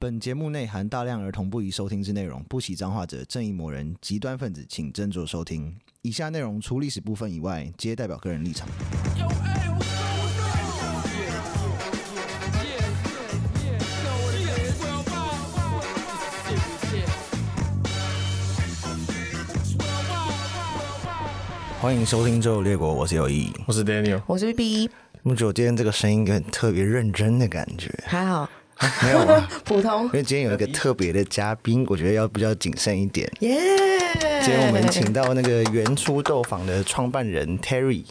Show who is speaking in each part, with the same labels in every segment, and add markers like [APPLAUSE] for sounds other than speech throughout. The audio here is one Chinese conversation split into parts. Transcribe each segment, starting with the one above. Speaker 1: 本节目内含大量儿童不宜收听之内容，不喜脏话者、正义魔人、极端分子，请斟酌收听。以下内容除历史部分以外，皆代表个人立场。欢迎收听《周游列国》，我是有意。
Speaker 2: 我是 Daniel，
Speaker 3: 我是 B，
Speaker 1: 我觉得我今天这个声音有点特别认真的感 [LAUGHS] 觉，
Speaker 3: 还好，
Speaker 1: 没有啊？
Speaker 3: 普通
Speaker 1: [LAUGHS] 因，为今天有一个特别的嘉宾，我觉得要比较谨慎一点。
Speaker 3: 耶、
Speaker 1: 今天我们请到那个原初豆坊的创办人 Terry，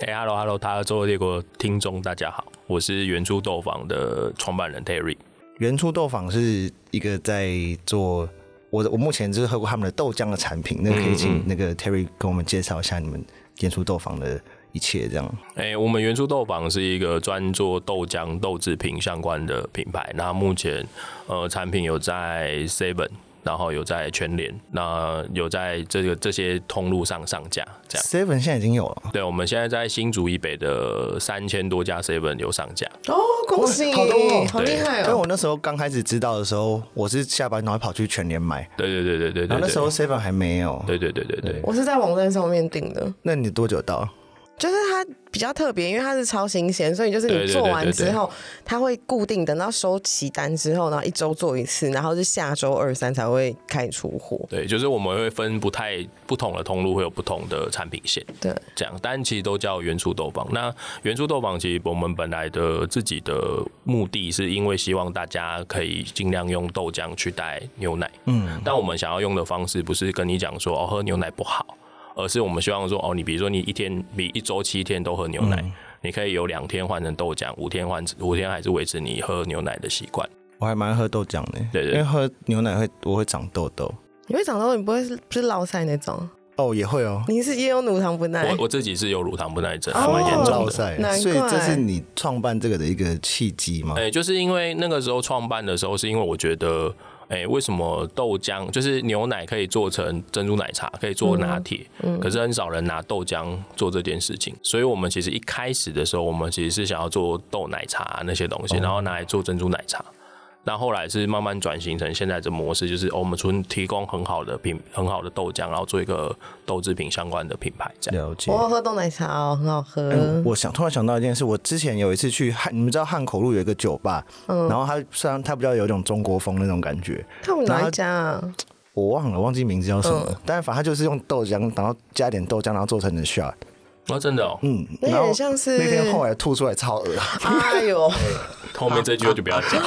Speaker 2: 哎、h e l l o Hello，大家周游列国听众大家好，我是原初豆坊的创办人 Terry。
Speaker 1: 原初豆坊是一个在做我我目前就是喝过他们的豆浆的产品，那可以请
Speaker 2: 嗯
Speaker 1: 那个 Terry 跟我们介绍一下你们原初豆坊的一切，这样
Speaker 2: 哎、我们原初豆坊是一个专做豆浆、豆制品相关的品牌。那目前呃，产品有在 Seven，然后有在全联，那有在这个这些通路上上架，这样。
Speaker 1: Seven 现在已经有了，
Speaker 2: 对，我们现在在新竹以北的三千多家 Seven 有上架。
Speaker 3: 哦，恭喜，
Speaker 1: 哇好多哦
Speaker 3: 好厉害
Speaker 1: 因为
Speaker 3: 哦！
Speaker 1: 我那时候刚开始知道的时候，我是下班然后跑去全联买，
Speaker 2: 对对对对对对
Speaker 1: 然
Speaker 2: 对。
Speaker 1: 啊后那时候 Seven 还没有，
Speaker 2: 对对对对对。
Speaker 3: 我是在网站上面订的，
Speaker 1: 那你多久到？
Speaker 3: 就是它比较特别，因为它是超新鲜，所以就是
Speaker 2: 对
Speaker 3: 你
Speaker 2: 对
Speaker 3: 做完
Speaker 2: 对对
Speaker 3: 之后，它会固定等到收齐单之后，然后一周做一次，然后是下周二三才会开始出货。
Speaker 2: 对，就是我们会分不太不同的通路，会有不同的产品线，
Speaker 3: 对，
Speaker 2: 这样，但其实都叫原初豆坊。那原初豆坊其实我们本来的自己的目的是因为希望大家可以尽量用豆浆去代牛奶，嗯，但我们想要用的方式不是跟你讲说哦喝牛奶不好，而是我们希望说哦你比如说你一天你一周七天都喝牛
Speaker 1: 嗯
Speaker 2: 奶，你可以有两天换成豆浆，五天换五天还是维持你喝牛奶的习惯。
Speaker 1: 我还蛮爱喝豆浆的，
Speaker 2: 对对
Speaker 1: 因为喝牛奶会我会长痘痘。
Speaker 3: 你会长痘，你不会是不是落晒那种？
Speaker 1: 哦，也会哦，
Speaker 3: 你是也有乳糖不耐
Speaker 2: 我？我自己是有乳糖不耐症，还
Speaker 3: 哦
Speaker 2: 蛮严重的。
Speaker 1: 老晒，
Speaker 3: 难怪
Speaker 1: 啊所以这是你创办这个的一个契机吗
Speaker 2: 哎、？就是因为那个时候创办的时候，是因为我觉得，哎、为什么豆浆就是牛奶可以做成珍珠奶茶，可以
Speaker 1: 嗯
Speaker 2: 做拿铁，可是很少人拿豆浆做这件事情。所以我们其实一开始的时候，我们其实是想要做豆奶茶那些
Speaker 1: 哦
Speaker 2: 东西，然后拿来做珍珠奶茶。那后来是慢慢转型成现在的模式，就是、哦、我们除了提供很好的品、很好的豆浆，然后做一个豆制品相关的品牌，这样。
Speaker 1: 了解
Speaker 3: 我。有喝豆奶茶哦，很好喝。
Speaker 1: 嗯我想突然想到一件事，我之前有一次去汉，你们知道汉口路有一个酒吧，
Speaker 3: 嗯
Speaker 1: 然后它虽然它比较有一种中国风那种感觉，
Speaker 3: 看我们哪一家啊？
Speaker 1: 我忘了忘记名字叫什么，
Speaker 3: 嗯
Speaker 1: 但反正它就是用豆浆，然后加点豆浆，然后做成的 shot，
Speaker 2: 哦，真的哦，
Speaker 1: 嗯，
Speaker 3: 那
Speaker 1: 然后
Speaker 3: 很像是
Speaker 1: 那天后来吐出来超恶，啊
Speaker 3: 哎
Speaker 1: [LAUGHS]
Speaker 3: 呦！
Speaker 2: 后面这句我就不要讲。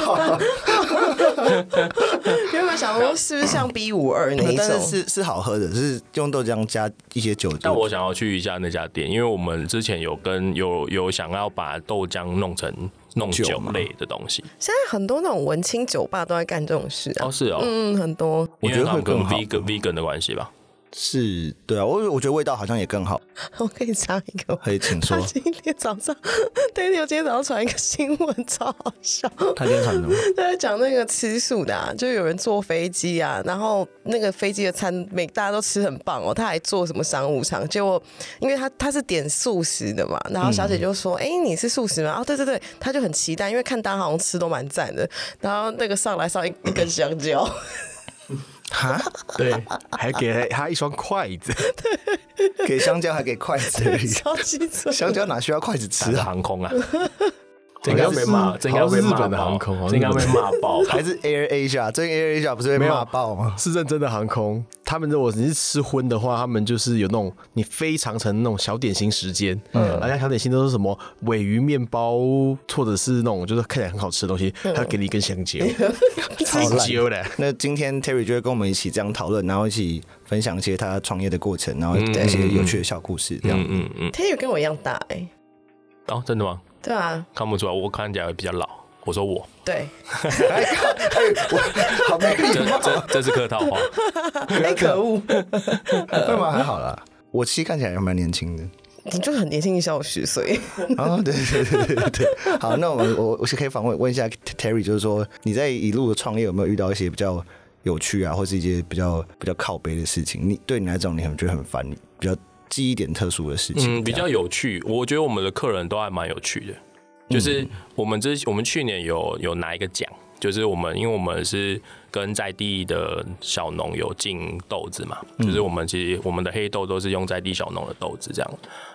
Speaker 3: 原本想说是不是像 B 五二那一
Speaker 1: 但是
Speaker 3: 种？
Speaker 1: 是是好喝的，是用豆浆加一些酒精。
Speaker 2: 但我想要去一下那家店，因为我们之前有跟有有想要把豆浆弄成弄
Speaker 1: 酒
Speaker 2: 酒
Speaker 1: 吗
Speaker 2: 类的东西。
Speaker 3: 现在很多那种文青酒吧都在干这种事啊
Speaker 2: 哦，。是哦，
Speaker 3: 嗯，很多。 [LAUGHS]
Speaker 1: 我
Speaker 2: 因
Speaker 1: 觉
Speaker 2: 为
Speaker 1: 得
Speaker 2: 他
Speaker 1: 会
Speaker 2: 们跟
Speaker 1: 更好
Speaker 2: vegan vegan 的关
Speaker 1: [LAUGHS]
Speaker 2: 系吧。
Speaker 1: 是对啊，我我觉得味道好像也更好，
Speaker 3: 我可以插一个吗。
Speaker 1: 可以请说
Speaker 3: 他。今天早上 [LAUGHS] ，Daniel 今天早上传一个新闻，超好笑。 [LAUGHS]
Speaker 1: 他今天传什么？
Speaker 3: 他在讲那个吃素的、啊，就有人坐飞机啊，然后那个飞机的餐每大家都吃很棒哦，他还做什么商务舱？结果因为他他是点素食的嘛，然后小姐就说：“
Speaker 1: 嗯
Speaker 3: 哎、你是素食吗？”哦，对对对，他就很期待，因为看大家好像吃都蛮赞的。然后那个上来上一一根香蕉，
Speaker 1: [LAUGHS] [LAUGHS] 哈，
Speaker 4: 对，还给了他一双筷
Speaker 2: [LAUGHS]
Speaker 4: 子。
Speaker 1: [LAUGHS] 给香蕉还给筷子而
Speaker 4: [LAUGHS]
Speaker 1: 已，
Speaker 3: 超级扯。
Speaker 1: 香蕉哪需要筷子吃啊？
Speaker 2: 航
Speaker 1: [LAUGHS]
Speaker 2: 空啊，
Speaker 4: 这
Speaker 2: 这
Speaker 4: 应
Speaker 2: 应该
Speaker 4: 该
Speaker 2: 被
Speaker 4: 被
Speaker 2: 骂，
Speaker 4: 骂
Speaker 2: 这
Speaker 4: 这
Speaker 2: 应
Speaker 4: 应
Speaker 2: 该
Speaker 4: 该
Speaker 2: 被
Speaker 4: 被
Speaker 2: 骂
Speaker 4: 骂
Speaker 2: 爆
Speaker 4: 爆，这
Speaker 2: 这应
Speaker 4: 应
Speaker 2: 该
Speaker 4: 该
Speaker 2: 被
Speaker 4: 被
Speaker 2: 骂爆。
Speaker 1: 还是 Air Asia？最近 Air Asia 不是被
Speaker 4: 没有
Speaker 1: 骂爆吗？
Speaker 4: 是认真的航空，他们如果你是吃荤的话，他们就是有那种你非常成那种小点心时间，嗯，人家小点心都是什么尾鱼面包，或者是那种就是看起来很好吃的东西，他给你一根香蕉，
Speaker 1: 嗯 [LAUGHS] 超
Speaker 4: 香
Speaker 1: 烂。
Speaker 4: 蕉嘞，
Speaker 1: 那今天 Terry 就会跟我们一起这样讨论，然后一起分享一些他创业的过程，然后
Speaker 4: 嗯
Speaker 1: 一些有趣的小故事。这样，
Speaker 2: [LAUGHS] 嗯嗯嗯，
Speaker 3: 天宇跟我一样大哎、
Speaker 2: 哦，真的吗？
Speaker 3: 对啊，
Speaker 2: 看不出来，我看起来比较老。我说我，
Speaker 3: [LAUGHS] 对，
Speaker 4: 嗯
Speaker 1: [LAUGHS] 哎，靠哎我 [LAUGHS] 好没
Speaker 4: [LAUGHS]
Speaker 2: 这
Speaker 1: 礼貌，
Speaker 2: 这这是客套话。
Speaker 3: 哎、可
Speaker 1: [LAUGHS]
Speaker 3: 恶，
Speaker 1: 会吗？还好啦，我其实看起来还蛮年轻的。
Speaker 3: 你就很年轻，你小我十岁。
Speaker 1: [LAUGHS] 哦，对对对对对对。 [LAUGHS] 好，那我们我我是可以访问问一下 Terry，就是说你在一路的创业有没有遇到一些比较有趣啊，或是一些比较比较靠背的事情？你对你来讲，你很觉得很烦，你比较记忆点特殊的事情？
Speaker 2: 嗯，比
Speaker 1: 这样
Speaker 2: 较有趣。我觉得我
Speaker 1: 嗯
Speaker 2: 们的客人都还蛮有趣的，就是我们之我们去年有有拿一个奖，就是我们，因为我们是跟在地的小农有进豆子嘛，
Speaker 1: 嗯
Speaker 2: 就是我们其实我们的黑豆都是用在地小农的豆子这样。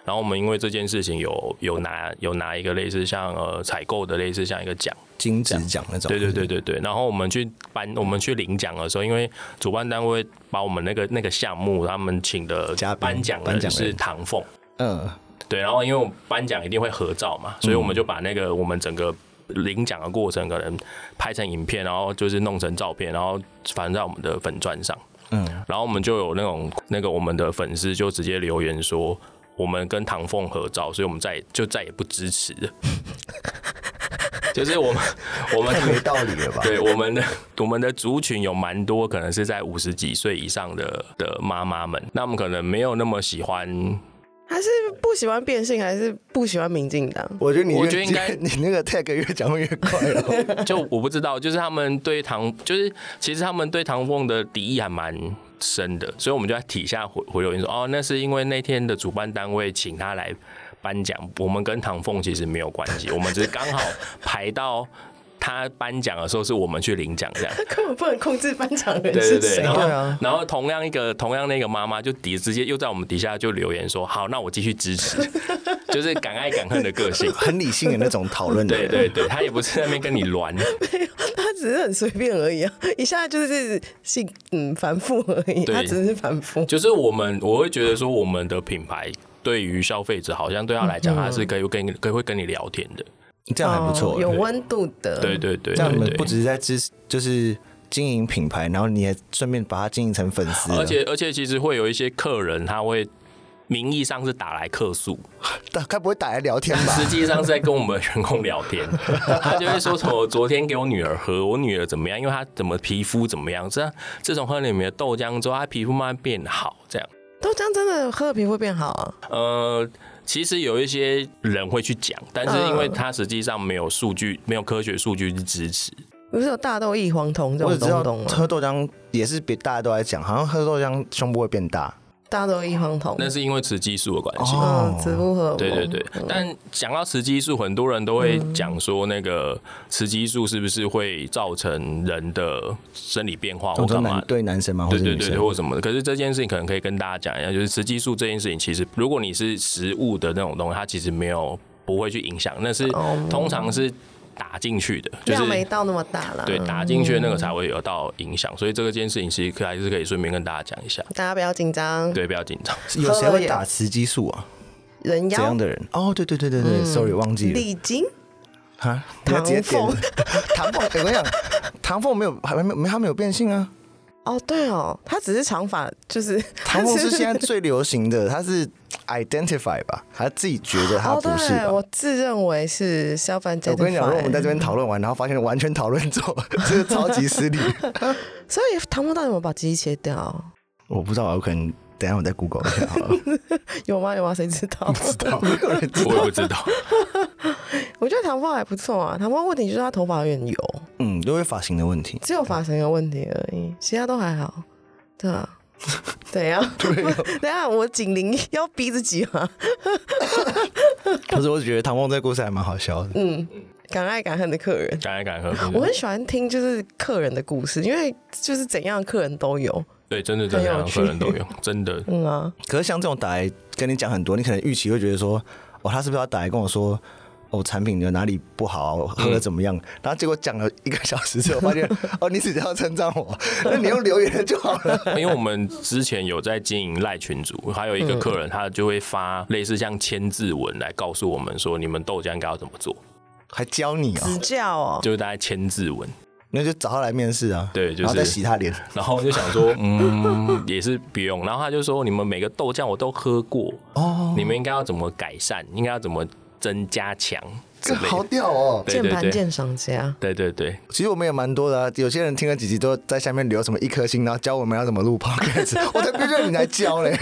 Speaker 2: 然后我们因为这件事情有有拿有拿一个类似像呃采购的类似像一个奖，
Speaker 1: 金子奖那种，
Speaker 2: 对对对对对。然后我们去颁我们去领奖的时候，因为主办单位把我们那个那个项目他们请的
Speaker 1: 嘉宾
Speaker 2: 颁奖
Speaker 1: 颁
Speaker 2: 的
Speaker 1: 奖
Speaker 2: 是
Speaker 1: 人
Speaker 2: 唐凤，
Speaker 1: 嗯，
Speaker 2: 对，然后因为我们颁奖一定会合照嘛，所以我们就把那个我们整个领奖的过程可能拍成影片，然后就是弄成照片，然后反正在我们的粉钻上。嗯，然后我们就有那种那个我们的粉丝就直接留言说。我们跟唐凤合照，所以我们再也就再也不支持
Speaker 1: [LAUGHS]
Speaker 2: 了。就是我们我们
Speaker 1: 太没道理了吧？ [LAUGHS]
Speaker 2: 对我们的我们的族群有蛮多，可能是在五十几岁以上的的妈妈们，那我们可能没有那么喜欢
Speaker 3: 还是不喜欢变性，还是不喜欢民进党？
Speaker 1: 我觉得你越
Speaker 2: 我觉得应该
Speaker 1: 你那个 tag 越讲越快哦了，
Speaker 2: [LAUGHS] 就我不知道，就是他们对唐，就是其实他们对唐凤的敌意还蛮深的，所以我们就在底下回回留言说，哦，那是因为那天的主办单位请他来颁奖，我们跟唐凤其实没有关系，我们只是刚好排到他颁奖的时候是我们去领奖这样。
Speaker 3: [LAUGHS] 根本不能控制颁奖人
Speaker 2: 对对
Speaker 3: 是
Speaker 2: 对，
Speaker 3: 谁
Speaker 2: 然。后、
Speaker 1: 对啊
Speaker 2: 然后同样一个同样那个妈妈就底直接又在我们底下就留言说，好，那我继续支持，就是敢爱敢恨的个 [LAUGHS] 性。
Speaker 1: 很理性的那种讨论的
Speaker 2: 对
Speaker 1: 人，
Speaker 2: 对对，他也不是在那边跟你乱。
Speaker 3: 他只是很随便而已啊，一下就是性嗯反复而已，
Speaker 2: 对
Speaker 3: 他只是反复。
Speaker 2: 就是我们，我会觉得说，我们的品牌对于消费者，好像对他来讲，他是可以跟可以会跟你聊天的。
Speaker 1: 这样还不错
Speaker 3: 哦。有温度的。
Speaker 2: 对对对
Speaker 1: 这样你
Speaker 2: 对
Speaker 1: 们不
Speaker 2: 对。
Speaker 1: 只是在支持，就是经营品牌，然后你也顺便把它经营成粉丝了，
Speaker 2: 而且而且，其实会有一些客人，他会名义上是打来客诉，
Speaker 1: 但该不会打来聊天吧？
Speaker 2: 实际上是在跟我们员工聊天。 [LAUGHS] 他就会说什么昨天给我女儿喝，我女儿怎么样？因为她怎么皮肤怎么样？这样自从喝了你们的豆浆之后，她皮肤慢慢变好，这样。
Speaker 3: 豆浆真的喝了皮肤变好啊？
Speaker 2: 呃，其实有一些人会去讲，但是因为他实际上没有数据，没有科学数据去支持。
Speaker 3: 不是有大豆异黄酮这
Speaker 1: 我
Speaker 3: 种
Speaker 1: 只知道
Speaker 3: 东东吗？
Speaker 1: 喝豆浆也是别大家都在讲，好像喝豆浆胸部会变大
Speaker 3: 大豆异黄酮，
Speaker 2: 那是因为雌激素的关系。
Speaker 3: 嗯，植物荷尔蒙
Speaker 2: 对对对，
Speaker 3: 嗯
Speaker 2: 但讲到雌激素，很多人都会讲说，那个雌激素是不是会造成人的生理变化或
Speaker 1: 我说
Speaker 2: 哦干嘛
Speaker 1: 男
Speaker 2: 的？
Speaker 1: 对男生吗？或
Speaker 2: 对
Speaker 1: 者
Speaker 2: 对
Speaker 1: 女
Speaker 2: 对，
Speaker 1: 生
Speaker 2: 对？或什么的。可是这件事情可能可以跟大家讲一下，就是雌激素这件事情，其实如果你是食物的那种东西，它其实没有不会去影响，那是通常是打进去的，就
Speaker 3: 量没
Speaker 2: 是。
Speaker 3: 到那么大啦。嗯
Speaker 2: 对，打进去的那个才会有到影响，所以这个件事情其实可还是可以顺便跟大家讲一下，
Speaker 3: 大家不要紧张。
Speaker 2: 对，不要紧张。
Speaker 1: 有谁会打雌激素啊？
Speaker 3: 人
Speaker 1: 怎
Speaker 3: 妖
Speaker 1: 样的人？哦，对对对对对，sorry 忘记了
Speaker 3: 礼金
Speaker 1: 啊，你要直接点
Speaker 3: 唐
Speaker 1: [LAUGHS] 唐
Speaker 3: 凤
Speaker 1: 凤，我跟你讲，唐凤没有还没没他没有变性 [LAUGHS] 啊，
Speaker 3: 哦，对哦，他只是长发，就是
Speaker 1: [LAUGHS] 唐凤是现
Speaker 3: [LAUGHS]
Speaker 1: 在
Speaker 3: 在。
Speaker 1: 最流行的，他是 identify 吧，他自己觉得他
Speaker 3: 哦，
Speaker 1: 不是吧
Speaker 3: 对，我自认为是消防
Speaker 1: 我跟你讲，如果我们在这
Speaker 3: identify
Speaker 1: 边讨论完，然后发现完全讨论错， [LAUGHS] 这是超级 [LAUGHS] 失礼。
Speaker 3: 所以唐梦到底有没有把鸡切掉？
Speaker 1: 我不知道，我可能等一下我再 Google 一下好 [LAUGHS] 了。
Speaker 3: 有吗？有吗？谁知道？
Speaker 2: 我也不知道，
Speaker 3: [LAUGHS] 我觉得唐凤还不错啊。唐凤问题就是她头发有点油，
Speaker 1: 嗯，因为发型的问题。
Speaker 3: 只有发型有问题而已，其他都还好。
Speaker 1: [LAUGHS]
Speaker 3: 对啊，怎样？
Speaker 1: 啊
Speaker 3: [LAUGHS] 等一下我警铃要逼自己吗？
Speaker 1: 可是我觉得唐梦这个故事还蛮好笑的。
Speaker 3: 敢爱敢恨的客人，
Speaker 2: 敢爱敢恨。
Speaker 1: 啊
Speaker 3: 我
Speaker 2: 真的
Speaker 3: 很喜欢听就是客人的故事，因为就是怎样的客人都有。
Speaker 2: 对，真的真
Speaker 3: 很
Speaker 2: 的，
Speaker 3: 有趣
Speaker 2: 可能都有，真的。
Speaker 3: 嗯啊，
Speaker 1: 可是像这种打来跟你讲很多，你可能预期会觉得说，哦，他是不是要打来跟我说，哦，产品有哪里不好啊，我喝
Speaker 2: 嗯
Speaker 1: 的怎么样？然后结果讲了一个小时之后，发现哦，你只要称赞我，那你用留言就好了。 [LAUGHS]
Speaker 2: 因为我们之前有在经营赖群组，还有一
Speaker 3: 嗯
Speaker 2: 个客人他就会发类似像千字文来告诉我们说，你们豆浆应该要怎么做，
Speaker 1: 还教你啊、
Speaker 3: 指教哦。
Speaker 2: 就是大概千字文。
Speaker 1: 那就找他来面试啊。
Speaker 2: 对就是
Speaker 1: 然后再洗他脸。
Speaker 2: 然后我就想说，嗯，也是不用。然后他就说，你们每个豆浆我都喝过，哦，你们应该要怎么改善，应该要怎么增加强之
Speaker 1: 这
Speaker 2: 类
Speaker 1: 好
Speaker 2: 的。
Speaker 1: 屌哦！
Speaker 2: 对
Speaker 3: 键盘
Speaker 2: 对对，
Speaker 3: 鉴赏啊家，
Speaker 2: 对对对，
Speaker 1: 其实我们也蛮多的、啊，有些人听了几集都在下面留什么一颗星，然后教我们要怎么录 [LAUGHS] podcast，我才不要你来教 [LAUGHS] 嘞。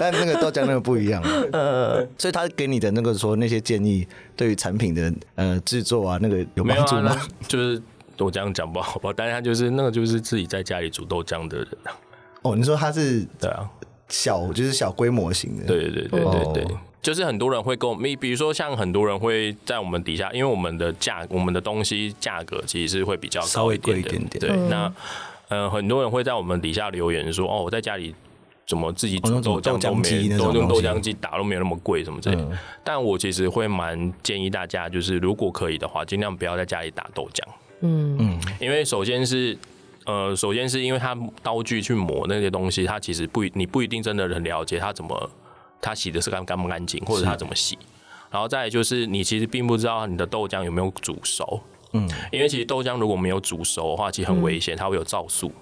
Speaker 1: 但那个豆浆那个不一样，啊所以他给你的那个说那些建议，对于产品的呃制作啊，那个有
Speaker 2: 没有
Speaker 1: 帮助
Speaker 2: 啊，
Speaker 1: 吗？
Speaker 2: 那就是我这样讲
Speaker 1: [LAUGHS]
Speaker 2: 不好吧？但是他就是那个就是自己在家里煮豆浆的人啊，
Speaker 1: 哦，你说他是
Speaker 2: 对啊，
Speaker 1: 小就是小规模型的，
Speaker 2: 对对对对对对，
Speaker 1: 哦
Speaker 2: 就是很多人会跟我们，比比如说像很多人会在我们底下，因为我们的价，我们的东西价格其实是会比较
Speaker 1: 稍
Speaker 2: 高
Speaker 1: 微
Speaker 2: 一点的，
Speaker 1: 贵一点点
Speaker 2: 对，那呃，很多人会在我们底下留言说，哦，我在家里。怎么自己
Speaker 1: 哦
Speaker 2: 煮
Speaker 1: 那种
Speaker 2: 豆浆
Speaker 1: 豆
Speaker 2: 都
Speaker 1: 浆机
Speaker 2: 没，
Speaker 1: 那
Speaker 2: 都
Speaker 1: 种
Speaker 2: 用
Speaker 1: 东
Speaker 2: 豆
Speaker 1: 西嗯
Speaker 2: 浆机打都没有那么贵什么之类的。但我其实会蛮建议大家，就是如果可以的话，尽量不要在家里打豆浆。嗯嗯，因为首先是呃，首先是因为它刀具去磨那些东西，它其实不一你不一定真的很了解它怎么它洗的是干干不干净，或者它怎么洗。然后再来就是你其实并不知道你的豆浆有没有煮熟，嗯，因为其实豆浆如果没有煮熟的话，其实很危险，它会有皂素，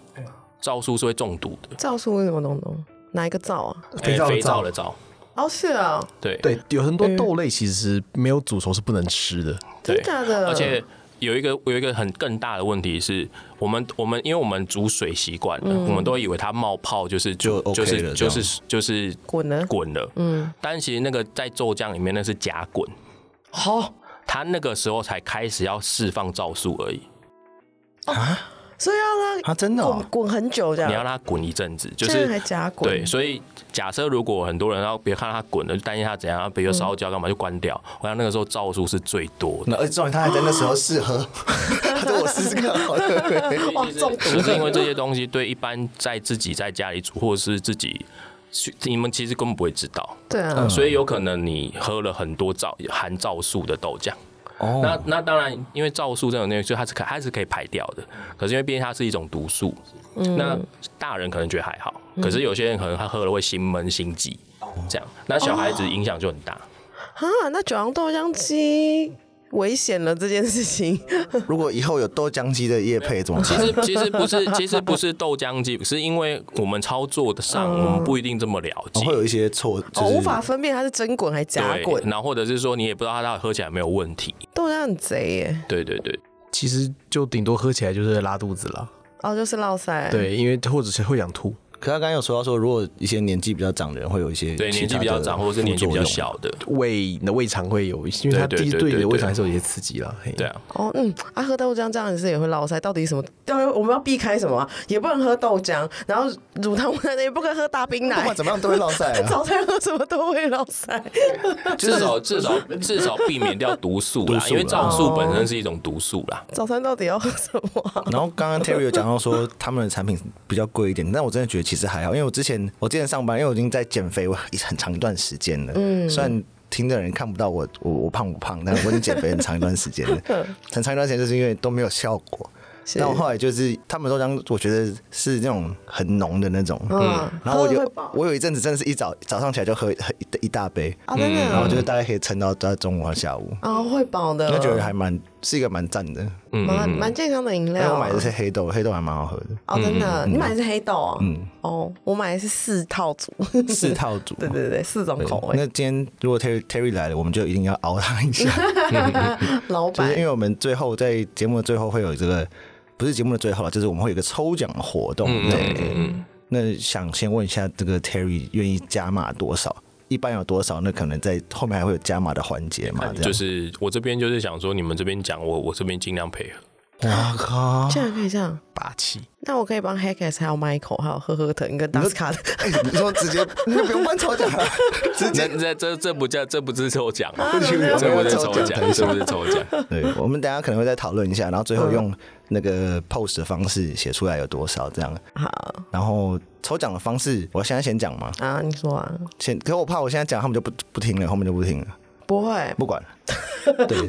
Speaker 2: 皂素是会中毒的，
Speaker 3: 皂素为什么东东？哪一个皂啊？
Speaker 4: 肥皂
Speaker 2: 哎
Speaker 4: 的
Speaker 2: 肥
Speaker 4: 皂
Speaker 2: 的皂，
Speaker 3: 哦，是啊，
Speaker 2: 对
Speaker 4: 对，有很多豆类其实没有煮熟是不能吃的。
Speaker 3: 真
Speaker 2: 对
Speaker 3: 的假的？
Speaker 2: 而且有一个有一个很更大的问题是，我们我们因为我们煮水习惯了，
Speaker 3: 嗯
Speaker 2: 我们都以为它冒泡就是
Speaker 1: 就
Speaker 2: 煮
Speaker 1: OK
Speaker 2: 是
Speaker 1: 了
Speaker 2: 就
Speaker 1: 这样
Speaker 2: 是就是
Speaker 3: 滚了
Speaker 2: 滚了，嗯，但其实那个在豆浆里面那是假滚，
Speaker 3: 好、
Speaker 2: 它那个时候才开始要释放皂素而已，
Speaker 3: 所以要让
Speaker 1: 啊，真的、
Speaker 3: 滚
Speaker 1: 哦，
Speaker 3: 滚很久这
Speaker 2: 你要
Speaker 3: 样，
Speaker 2: 让它滚一阵子，就
Speaker 3: 现
Speaker 2: 是
Speaker 3: 在还假滚，
Speaker 2: 对，所以假设如果很多人要别看它滚了，就担心它怎样，比
Speaker 3: 嗯
Speaker 2: 如烧焦干嘛就关掉，我想那个时候皂素是最多的。
Speaker 1: 那而且重点他还在那时候试喝，他说我试试看好了。 [LAUGHS]
Speaker 3: 哇，哦中毒
Speaker 2: 就是因为这些东西对一般在自己在家里煮或者是自己去，你们其实根本不会知道，
Speaker 3: 对
Speaker 1: 嗯
Speaker 3: 啊，
Speaker 2: 所以有可能你喝了很多皂含皂素的豆浆。
Speaker 1: 哦
Speaker 2: 那那当然，因为皂素这种东西，所以它是可它是可以排掉的。可是因为毕竟它是一种毒素，那大人可能觉得还好，可是有些人可能他喝了会心闷心悸，
Speaker 1: 哦
Speaker 2: 这样，那小孩子影响就很大。
Speaker 3: 啊，那九阳豆浆机危险了这件事
Speaker 2: [LAUGHS]
Speaker 3: 情，
Speaker 1: 如果以后有豆浆机的叶配 [LAUGHS] 怎么
Speaker 2: 其
Speaker 1: 办？
Speaker 2: 实其实不是，其实不是豆浆机，是因为我们操作的上，我们不一定这么了解，
Speaker 1: 会有一些错，就
Speaker 3: 哦，
Speaker 1: 是
Speaker 3: 无法分辨它是真滚还是假
Speaker 2: 对，
Speaker 3: 滚，
Speaker 2: 然后或者是说你也不知道它到底喝起来有没有问题。
Speaker 3: 豆浆很贼耶，
Speaker 2: 对对对，
Speaker 4: 其实就顶多喝起来就是拉肚子了，
Speaker 3: 哦，就是落塞，，
Speaker 2: 嗯
Speaker 4: 对，因为或者是会想吐。
Speaker 1: 可他刚刚有说到说，如果一些年纪比较长的人会有一些
Speaker 2: 对
Speaker 1: 其
Speaker 2: 年纪
Speaker 1: 他
Speaker 2: 比较
Speaker 1: 的
Speaker 2: 长或者是年纪比较
Speaker 1: 副作用，
Speaker 2: 小的，
Speaker 4: 胃你的胃肠会有，因为它
Speaker 2: 对
Speaker 4: 第一
Speaker 2: 对
Speaker 4: 对
Speaker 2: 对
Speaker 4: 你的
Speaker 2: 对
Speaker 4: 胃
Speaker 2: 对
Speaker 4: 肠还是有一些刺激啦。嘿
Speaker 2: 对，啊，
Speaker 3: 哦，嗯，啊，喝豆浆这样也是也会落塞，到底什么？到底我们要避开什么啊、也不能喝豆浆，然后乳糖不耐的也不可以喝大冰
Speaker 1: 不
Speaker 3: 奶
Speaker 1: 管，怎么样都会落塞啊。
Speaker 3: [LAUGHS] 早餐喝什么都会落塞，
Speaker 2: 至少至 [LAUGHS] 少至少避免掉毒素
Speaker 1: 毒
Speaker 2: 啦，
Speaker 1: 素
Speaker 2: 因为
Speaker 1: 啦
Speaker 2: 皂素本身是一种毒素啦。
Speaker 3: 早餐到底要喝什么啊、
Speaker 1: [LAUGHS]
Speaker 3: [LAUGHS]
Speaker 1: 然后刚刚 Terry 有讲到说他们的产品比较贵一点，但我真的觉得其实还好，因为我之前我之前上班，因为我已经在减肥我很长一段时间了，嗯，虽然。听的人看不到我，我我胖不胖，但我已经减肥很长一段时间
Speaker 3: [LAUGHS]
Speaker 1: 了，
Speaker 3: 嗯
Speaker 1: 很长一段时间就是因为都没有效果。但我后来就是他们豆浆，我觉得是那种很浓的那种，嗯，然后我
Speaker 3: 喝了会
Speaker 1: 就
Speaker 3: 饱
Speaker 1: 我有一阵子真的是一早早上起来就喝喝一一大杯，
Speaker 3: 啊，真的
Speaker 1: 然后
Speaker 3: 啊，
Speaker 1: 就是大概可以撑到到中午和下午，
Speaker 3: 啊会饱的，
Speaker 1: 那觉得还嗯蛮是一个蛮赞的。
Speaker 3: 嗯蛮蛮健康的饮
Speaker 1: 因为哎
Speaker 3: 料。啊
Speaker 1: 我买的是黑嗯豆，黑豆还蛮好喝的，
Speaker 3: 哦，真的，你买的是黑豆啊？嗯，哦，我买的是四套组，
Speaker 1: [LAUGHS] 四套组。
Speaker 3: [LAUGHS] 对对对，四种口味。
Speaker 1: 那今天如果 Terry Terry 来了，我们就一定要熬他一下，[LAUGHS]
Speaker 3: 老
Speaker 1: 就是因
Speaker 3: 板
Speaker 1: 为我们最后在节目的最后会有这个，不是节目的最后了，就是我们会有一个抽奖活动。
Speaker 2: 嗯
Speaker 1: 对，那想先问一下，这个 Terry 愿意加码多少？一般有多少？那可能在后面还会有加码的环节嘛？啊这样
Speaker 2: 嗯就是我这边就是想说，你们这边讲，我我这边尽量配合。
Speaker 1: 哇靠！
Speaker 3: 竟然可以这样，
Speaker 4: 霸气。
Speaker 3: 那我可以帮 Hackers 还有 Michael 还有呵呵疼跟 d a s k a
Speaker 1: [LAUGHS] 哎，你说直接，你就不用办抽奖了，直接
Speaker 2: 这这这这不叫这不是抽奖，啊
Speaker 1: 这
Speaker 2: 这不是抽
Speaker 1: 这
Speaker 2: 奖，这不是抽奖。
Speaker 1: [LAUGHS] 对，我们等一下可能会再讨论一下，然后最后用那个 post 的方式写出来有多少这样。
Speaker 3: 好
Speaker 1: 然后抽奖的方式，我现在先讲嘛，
Speaker 3: 啊，你说啊，
Speaker 1: 先，可我怕我现在讲他们就不不听了，后面就不听了，
Speaker 3: 不会
Speaker 1: 不管了。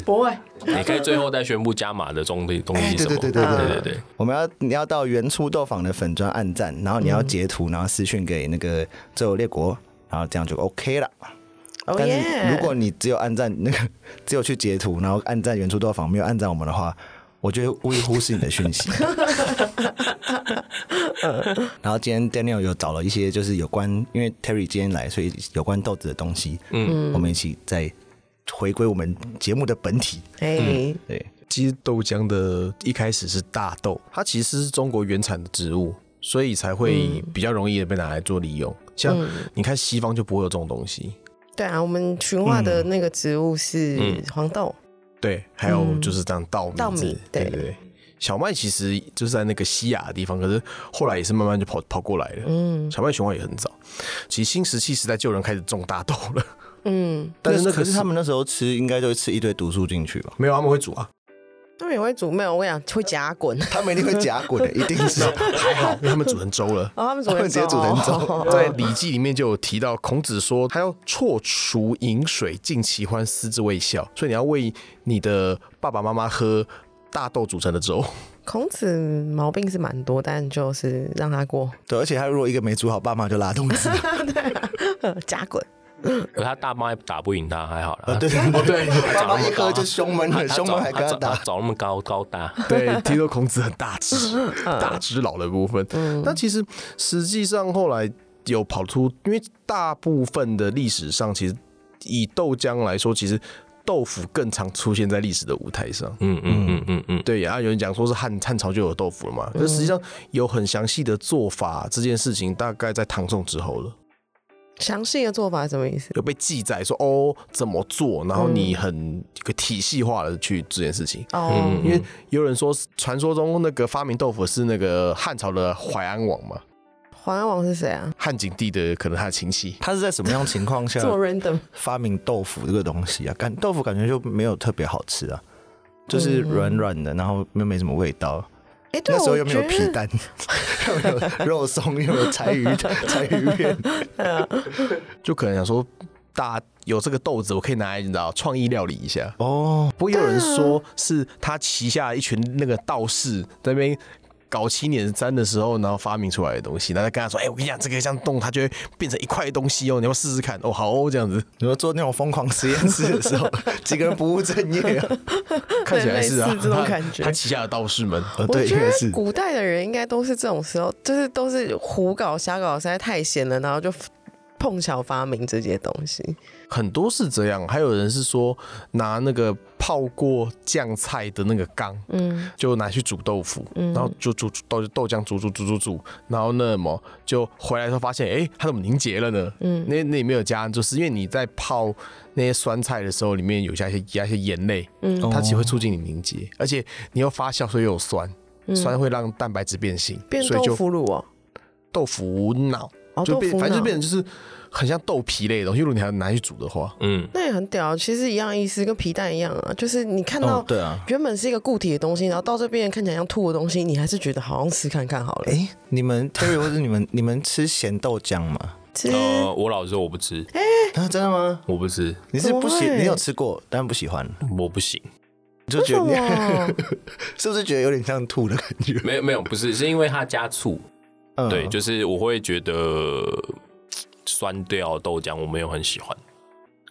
Speaker 3: 不会，
Speaker 2: [LAUGHS] 你可以最后再宣布加码的中的东西是什么？
Speaker 1: 哎对对对对
Speaker 2: 对
Speaker 1: 对
Speaker 2: 对对，
Speaker 1: 我们要你要到原初豆坊的粉砖暗赞，然后你要截图，然后私讯给那个最有列国，然后这样就 OK 了。
Speaker 3: 哦
Speaker 1: 但
Speaker 3: 耶
Speaker 1: 是！如果你只有按赞那个，只有去截图，然后按赞原初豆坊，没有按赞我们的话，我就会故意忽视你的讯息。然后今天 Daniel 有找了一些就是有关，因为 Terry 今天来，所以有关豆子的东西，嗯，我们一起再回归我们节目的本体。
Speaker 3: 哎，
Speaker 1: 对，
Speaker 4: 其实豆浆的一开始是大豆，它其实是中国原产的植物，所以才会
Speaker 3: 嗯
Speaker 4: 比较容易的被拿来做利用。像你看西方就不会有这种东西，
Speaker 3: 对啊，我们群化的那
Speaker 1: 嗯
Speaker 3: 个植物是黄豆，
Speaker 4: 对，还有就是这样稻米
Speaker 3: 嗯稻
Speaker 4: 制
Speaker 3: 米对
Speaker 4: 对对对。小麦其实就是在那个西亚的地方，可是后来也是慢慢就跑跑过来了。嗯，小麦熊化也很早，其实新石器时代就有人开始种大豆了。 [LAUGHS] 嗯，但是那个
Speaker 1: 可是他们那时候吃，应该就会吃一堆毒素进去吧？
Speaker 4: 没有，他们会煮啊，
Speaker 3: 他们也会煮面，我跟你讲会夹滚，
Speaker 1: 他们一定会夹滚的，一定是。
Speaker 4: 还好，因为他们煮成粥了。
Speaker 3: 哦，他们
Speaker 1: [LAUGHS]
Speaker 3: 煮
Speaker 1: 他们直接煮成粥
Speaker 3: [LAUGHS] 哦
Speaker 4: 在《礼记》里面就有提到，孔子说他要辍除饮水，尽其欢，思之谓孝。所以你要为你的爸爸妈妈喝大豆煮成的粥。
Speaker 3: 孔子毛病是蛮多，但就是让他过，
Speaker 1: 对，而且他如果一个没煮好，爸妈就拉肚子。
Speaker 3: [LAUGHS] 夹滚。
Speaker 2: 可他大妈也打不赢他，还好啦。
Speaker 1: 对
Speaker 2: 他
Speaker 1: 对，爸妈
Speaker 2: 长那么
Speaker 1: 一
Speaker 2: 高
Speaker 1: 喝就胸闷了，
Speaker 2: 他
Speaker 1: 胸闷还跟他
Speaker 2: 长
Speaker 1: 打。
Speaker 2: 长那么高高大，
Speaker 4: 对，听说孔子很大只，大只佬的部分。但其实实际上后来有跑出，因为大部分的历史上，其实以豆浆来说，其实豆腐更常出现在历史的舞台上。
Speaker 2: 嗯嗯嗯嗯嗯，
Speaker 4: 对，然啊后有人讲说是汉汉朝就有豆腐了嘛，可是实际上有很详细的做法，这件事情大概在唐宋之后了。
Speaker 3: 详细的做法是什么意思？
Speaker 4: 有被记载说哦怎么做，然后你很一个体系化的去这件事情。
Speaker 3: 哦，
Speaker 1: 嗯
Speaker 4: 因为有人说，传说中那个发明豆腐是那个汉朝的淮安王嘛，
Speaker 3: 淮安王是谁啊？
Speaker 4: 汉景帝的可能他的亲戚。
Speaker 1: 他是在什么样情
Speaker 3: [LAUGHS]
Speaker 1: 况下
Speaker 3: 这么 random，
Speaker 1: 发明豆腐这个东西啊？感豆腐感觉就没有特别好吃啊，就是软软的，然后又没什么味道。
Speaker 3: 哎，嗯对，
Speaker 1: 那时候
Speaker 3: 我
Speaker 1: 又没有
Speaker 3: 觉
Speaker 1: 皮
Speaker 3: 得
Speaker 1: 蛋， [LAUGHS] 又没有肉松，又没有柴鱼 [LAUGHS] 柴鱼片。
Speaker 4: 就可能想说大有这个豆子，我可以拿来你知道创意料理一下。
Speaker 1: 哦，
Speaker 4: 不过也有人说是他旗下一群那个道士在那边。搞七年三的时候，然后发明出来的东西，然后再跟他说：“哎、我跟你讲，这个这样动，它就会变成一块东西哦，你要不要试试看？哦，好哦，这样子
Speaker 1: 你说做那种疯狂实验室的
Speaker 3: [LAUGHS]
Speaker 1: 时候，几个人不务正业啊？
Speaker 4: 看起来是啊
Speaker 3: 类，似这种感
Speaker 4: [LAUGHS] 他
Speaker 3: 觉哦
Speaker 4: 他旗下的道士们，
Speaker 1: 呃
Speaker 3: 我
Speaker 1: 对，应
Speaker 3: 觉
Speaker 1: 该是
Speaker 3: 得。古代的人应该都是这种时候，就是都是胡搞瞎搞，实在太闲了，然后就碰巧发明这些东西。
Speaker 4: 很多是这样，还有人是说拿那个泡过酱菜的那个缸，嗯，就拿去煮豆腐，
Speaker 3: 嗯
Speaker 4: 然后就煮煮豆豆浆煮煮煮煮煮，然后那么就回来的时候发现，哎、它怎么凝结了呢？嗯，那那里面有加，就是因为你在泡那些酸菜的时候，里面有加一些加一些盐类，嗯，它其实会促进你凝结，而且你又发酵，所以又有酸，酸会让蛋白质变性，
Speaker 3: 嗯变
Speaker 4: 所以
Speaker 3: 豆
Speaker 4: 就
Speaker 3: 腐乳哦，
Speaker 4: 豆腐脑。
Speaker 3: 哦，
Speaker 4: 就
Speaker 3: 豆
Speaker 4: 变，
Speaker 3: 腐
Speaker 4: 反正就
Speaker 3: 脑
Speaker 4: 变成就是很像豆皮类的东西。如果你还拿去煮的话，
Speaker 2: 嗯，
Speaker 3: 那也很屌，啊其实一样意思，跟皮蛋一样啊，就是你看到
Speaker 1: 哦，对啊。
Speaker 3: 原本是一个固体的东西，然后到这边看起来像吐的东西，你还是觉得好像吃看看好了。
Speaker 1: 哎，你们 Terry 或者你们，你们吃咸豆浆
Speaker 3: [LAUGHS]
Speaker 1: 吗？
Speaker 3: 吃
Speaker 1: 哦
Speaker 2: 呃，我老实说我不吃，
Speaker 1: 啊，真的吗？
Speaker 2: 我不吃，
Speaker 1: 你是
Speaker 3: 怎么
Speaker 1: 不喜，
Speaker 3: 会
Speaker 1: 你有吃过，但不喜欢，
Speaker 2: 我不行。
Speaker 1: 你就觉得
Speaker 3: 为什
Speaker 1: 你 [LAUGHS]
Speaker 3: 么
Speaker 1: 是不是觉得有点像吐的感觉？
Speaker 2: 没有没有，不是，是因为它加醋，
Speaker 1: 嗯
Speaker 2: 对，就是我会觉得嗯酸掉豆浆我没有很喜欢，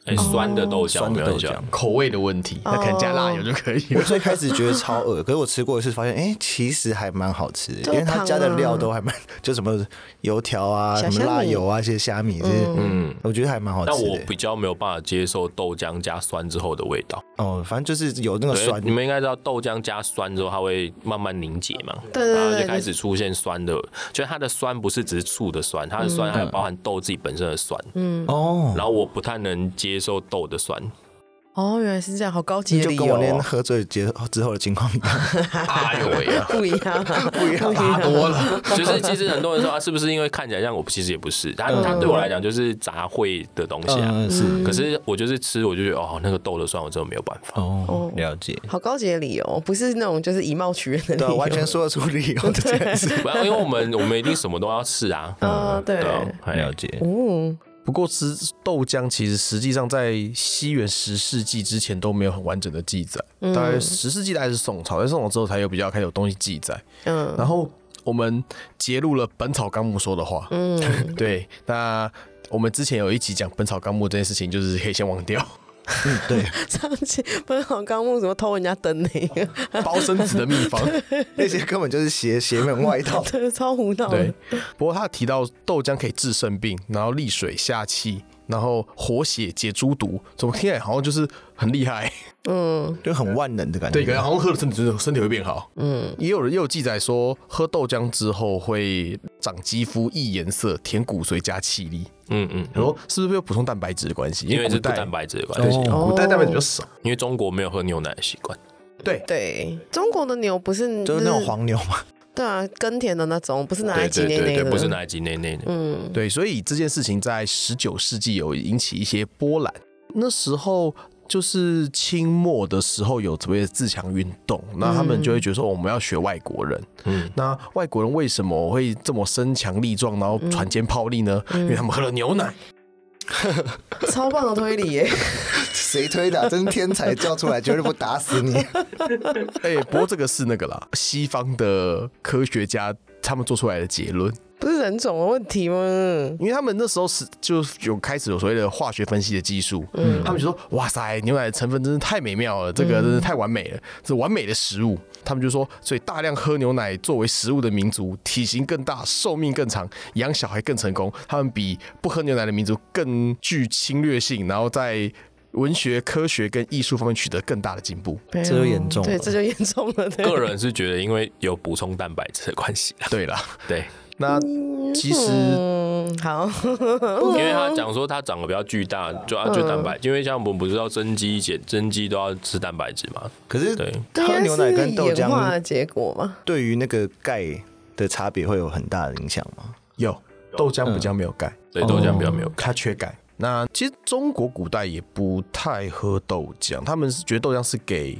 Speaker 2: 哎、
Speaker 3: 哦
Speaker 2: 酸的豆浆我
Speaker 1: 酸
Speaker 2: 没
Speaker 1: 的
Speaker 2: 有
Speaker 1: 豆
Speaker 2: 很喜
Speaker 1: 浆哦
Speaker 2: 欢。。
Speaker 4: 口味的问题，那可能加辣油就可以 [LAUGHS]
Speaker 1: 我
Speaker 4: 了。
Speaker 1: 最开始觉得超恶，可是我吃过一次，发现哎、诶其实还蛮好吃的，
Speaker 3: 就
Speaker 1: 因为它加的料
Speaker 3: 糖啊
Speaker 1: 都还蛮， [LAUGHS] 就什么油条啊、
Speaker 3: 小
Speaker 1: 什么
Speaker 3: 虾
Speaker 1: 辣
Speaker 3: 米
Speaker 1: 油啊、这些虾米这些，嗯，我觉得还蛮好
Speaker 2: 但
Speaker 1: 吃
Speaker 2: 我
Speaker 1: 的。
Speaker 2: 比较没有办法接受豆浆加酸之后的味道。
Speaker 1: 哦，反正就是有那个
Speaker 2: 对，
Speaker 1: 酸
Speaker 2: 你，们应该知道豆浆加酸之后，它会慢慢凝结嘛，
Speaker 3: 对对对
Speaker 2: 然后
Speaker 3: 对
Speaker 2: 就开始出现酸的，就是它的酸不是只是醋的酸，它的酸
Speaker 3: 嗯
Speaker 2: 还有包含豆自己本身的酸。
Speaker 1: 哦，
Speaker 2: 然后我不太能接受豆的酸，
Speaker 3: 哦，原来是这样，好高级的
Speaker 1: 就
Speaker 3: 理
Speaker 1: 跟
Speaker 3: 由
Speaker 1: 我
Speaker 3: [LAUGHS]
Speaker 1: 那天
Speaker 3: 哦、
Speaker 1: 喝醉结之后的情况一样，
Speaker 4: 哎呦喂啊，
Speaker 3: 不一样，不一
Speaker 4: [LAUGHS]
Speaker 3: 样，
Speaker 4: 大多了。
Speaker 2: [LAUGHS] 就是其实很多人说啊，是不是因为看起来像我？其实也不是，它
Speaker 3: 嗯
Speaker 2: 它对我来讲就是杂烩的东西啊。
Speaker 1: 嗯，是
Speaker 2: 可是我就是吃，我就觉得哦，那个豆的酸我真的没有办
Speaker 1: [LAUGHS]
Speaker 2: 法。
Speaker 1: 哦，了解，
Speaker 3: 好高级的理由，不是那种就是以貌取人的理
Speaker 1: 对啊，
Speaker 3: 由。
Speaker 1: 完全说得出理由 [LAUGHS] 的这件事，
Speaker 2: 不然因为我们我们一定什么都要试啊。
Speaker 3: 啊、
Speaker 1: 嗯
Speaker 3: 对，
Speaker 2: 对啊，哎
Speaker 1: 了解，
Speaker 3: 嗯，
Speaker 4: 不过吃豆浆其实实际上在西元十世纪之前都没有很完整的记载，大概十世纪大概是宋朝，在宋朝之后才有比较开始有东西记载。
Speaker 3: 嗯，
Speaker 4: 然后我们揭露了《本草纲目》说的话，嗯， [LAUGHS] 对，那。我们之前有一集讲《本草纲目》这件事情，就是可以先忘掉
Speaker 1: 嗯，对，
Speaker 3: 上期不是好刚问什么偷人家灯那
Speaker 1: [LAUGHS]
Speaker 3: 个，，
Speaker 4: 包身子的秘方。
Speaker 1: 那些根本就是邪邪门外道
Speaker 3: [LAUGHS] 对，超胡闹
Speaker 4: 对
Speaker 3: 的。，
Speaker 4: 不过他提到豆浆可以治肾病，然后利水下气，然后活血解诸毒，怎么听起来好像就是很厉害？
Speaker 1: 就很万能的感觉，
Speaker 4: [LAUGHS] 对，感觉
Speaker 3: 哦
Speaker 4: 好像喝了身体真的身体会变好。嗯，也有人也有记载说，喝豆浆之后会长肌肤、异颜色、填骨髓加气力。
Speaker 2: 嗯嗯，
Speaker 4: 然后是不是有补充蛋白质的关系？哦
Speaker 2: 因为
Speaker 4: 古
Speaker 2: 是不
Speaker 4: 代
Speaker 1: 哦
Speaker 2: 蛋白质的关系，
Speaker 4: 古代蛋白质比较少，
Speaker 2: 因为中国没有喝牛奶的习惯。
Speaker 4: 对，
Speaker 3: 对，中国的牛不是
Speaker 1: 就是那种，黄牛嘛，
Speaker 3: 对啊，耕田的那种，不是拿来
Speaker 2: 对
Speaker 3: 挤
Speaker 2: 对
Speaker 3: 内内
Speaker 2: 对
Speaker 3: 的，
Speaker 2: 对，不是拿来挤内内的。
Speaker 3: 嗯，
Speaker 4: 对，所以这件事情在十九世纪有引起一些波澜。那时候就是清末的时候有所谓的自强运动，那他们就会觉得说、哦我们要学外国人。
Speaker 2: 嗯，
Speaker 4: 那外国人为什么会这么身强力壮，然后船坚炮利呢？因为他们喝了牛奶。
Speaker 3: 超棒的推理耶，
Speaker 1: 谁推的啊？真是天才叫出来，绝对不打死你。
Speaker 4: [LAUGHS] 哎、不过这个是那个啦，西方的科学家他们做出来的结论，
Speaker 3: 不是人种的问题吗？
Speaker 4: 因为他们那时候是就有开始有所谓的化学分析的技术，他们就说哇塞，牛奶的成分真是太美妙了，这个真是太完美了，是完美的食物。他们就说，所以大量喝牛奶作为食物的民族，体型更大，寿命更长，养小孩更成功。他们比不喝牛奶的民族更具侵略性，然后在文学、科学跟艺术方面取得更大的进步。
Speaker 3: 这
Speaker 1: 就严重了
Speaker 3: 对，这就严重了。对
Speaker 2: [LAUGHS] 个人是觉得因为有补充蛋白质的关系啦，
Speaker 4: 对啦，
Speaker 2: 对，
Speaker 4: 那其实
Speaker 3: 嗯，嗯好，
Speaker 2: 因为他讲说他长得比较巨大，就啊就蛋白，因为像我们不是要增肌减增肌都要吃蛋白质嘛，
Speaker 1: 可是
Speaker 2: 对
Speaker 1: 喝牛奶跟豆
Speaker 3: [LAUGHS] 啊这应该是演化的
Speaker 1: 浆
Speaker 3: 结果嘛？
Speaker 1: 对于那个钙的差别会有很大的影响吗？
Speaker 4: 有豆浆比较没有钙。
Speaker 2: 对豆浆比较没有
Speaker 4: 它缺钙。那其实中国古代也不太喝豆浆，他们是觉得豆浆是给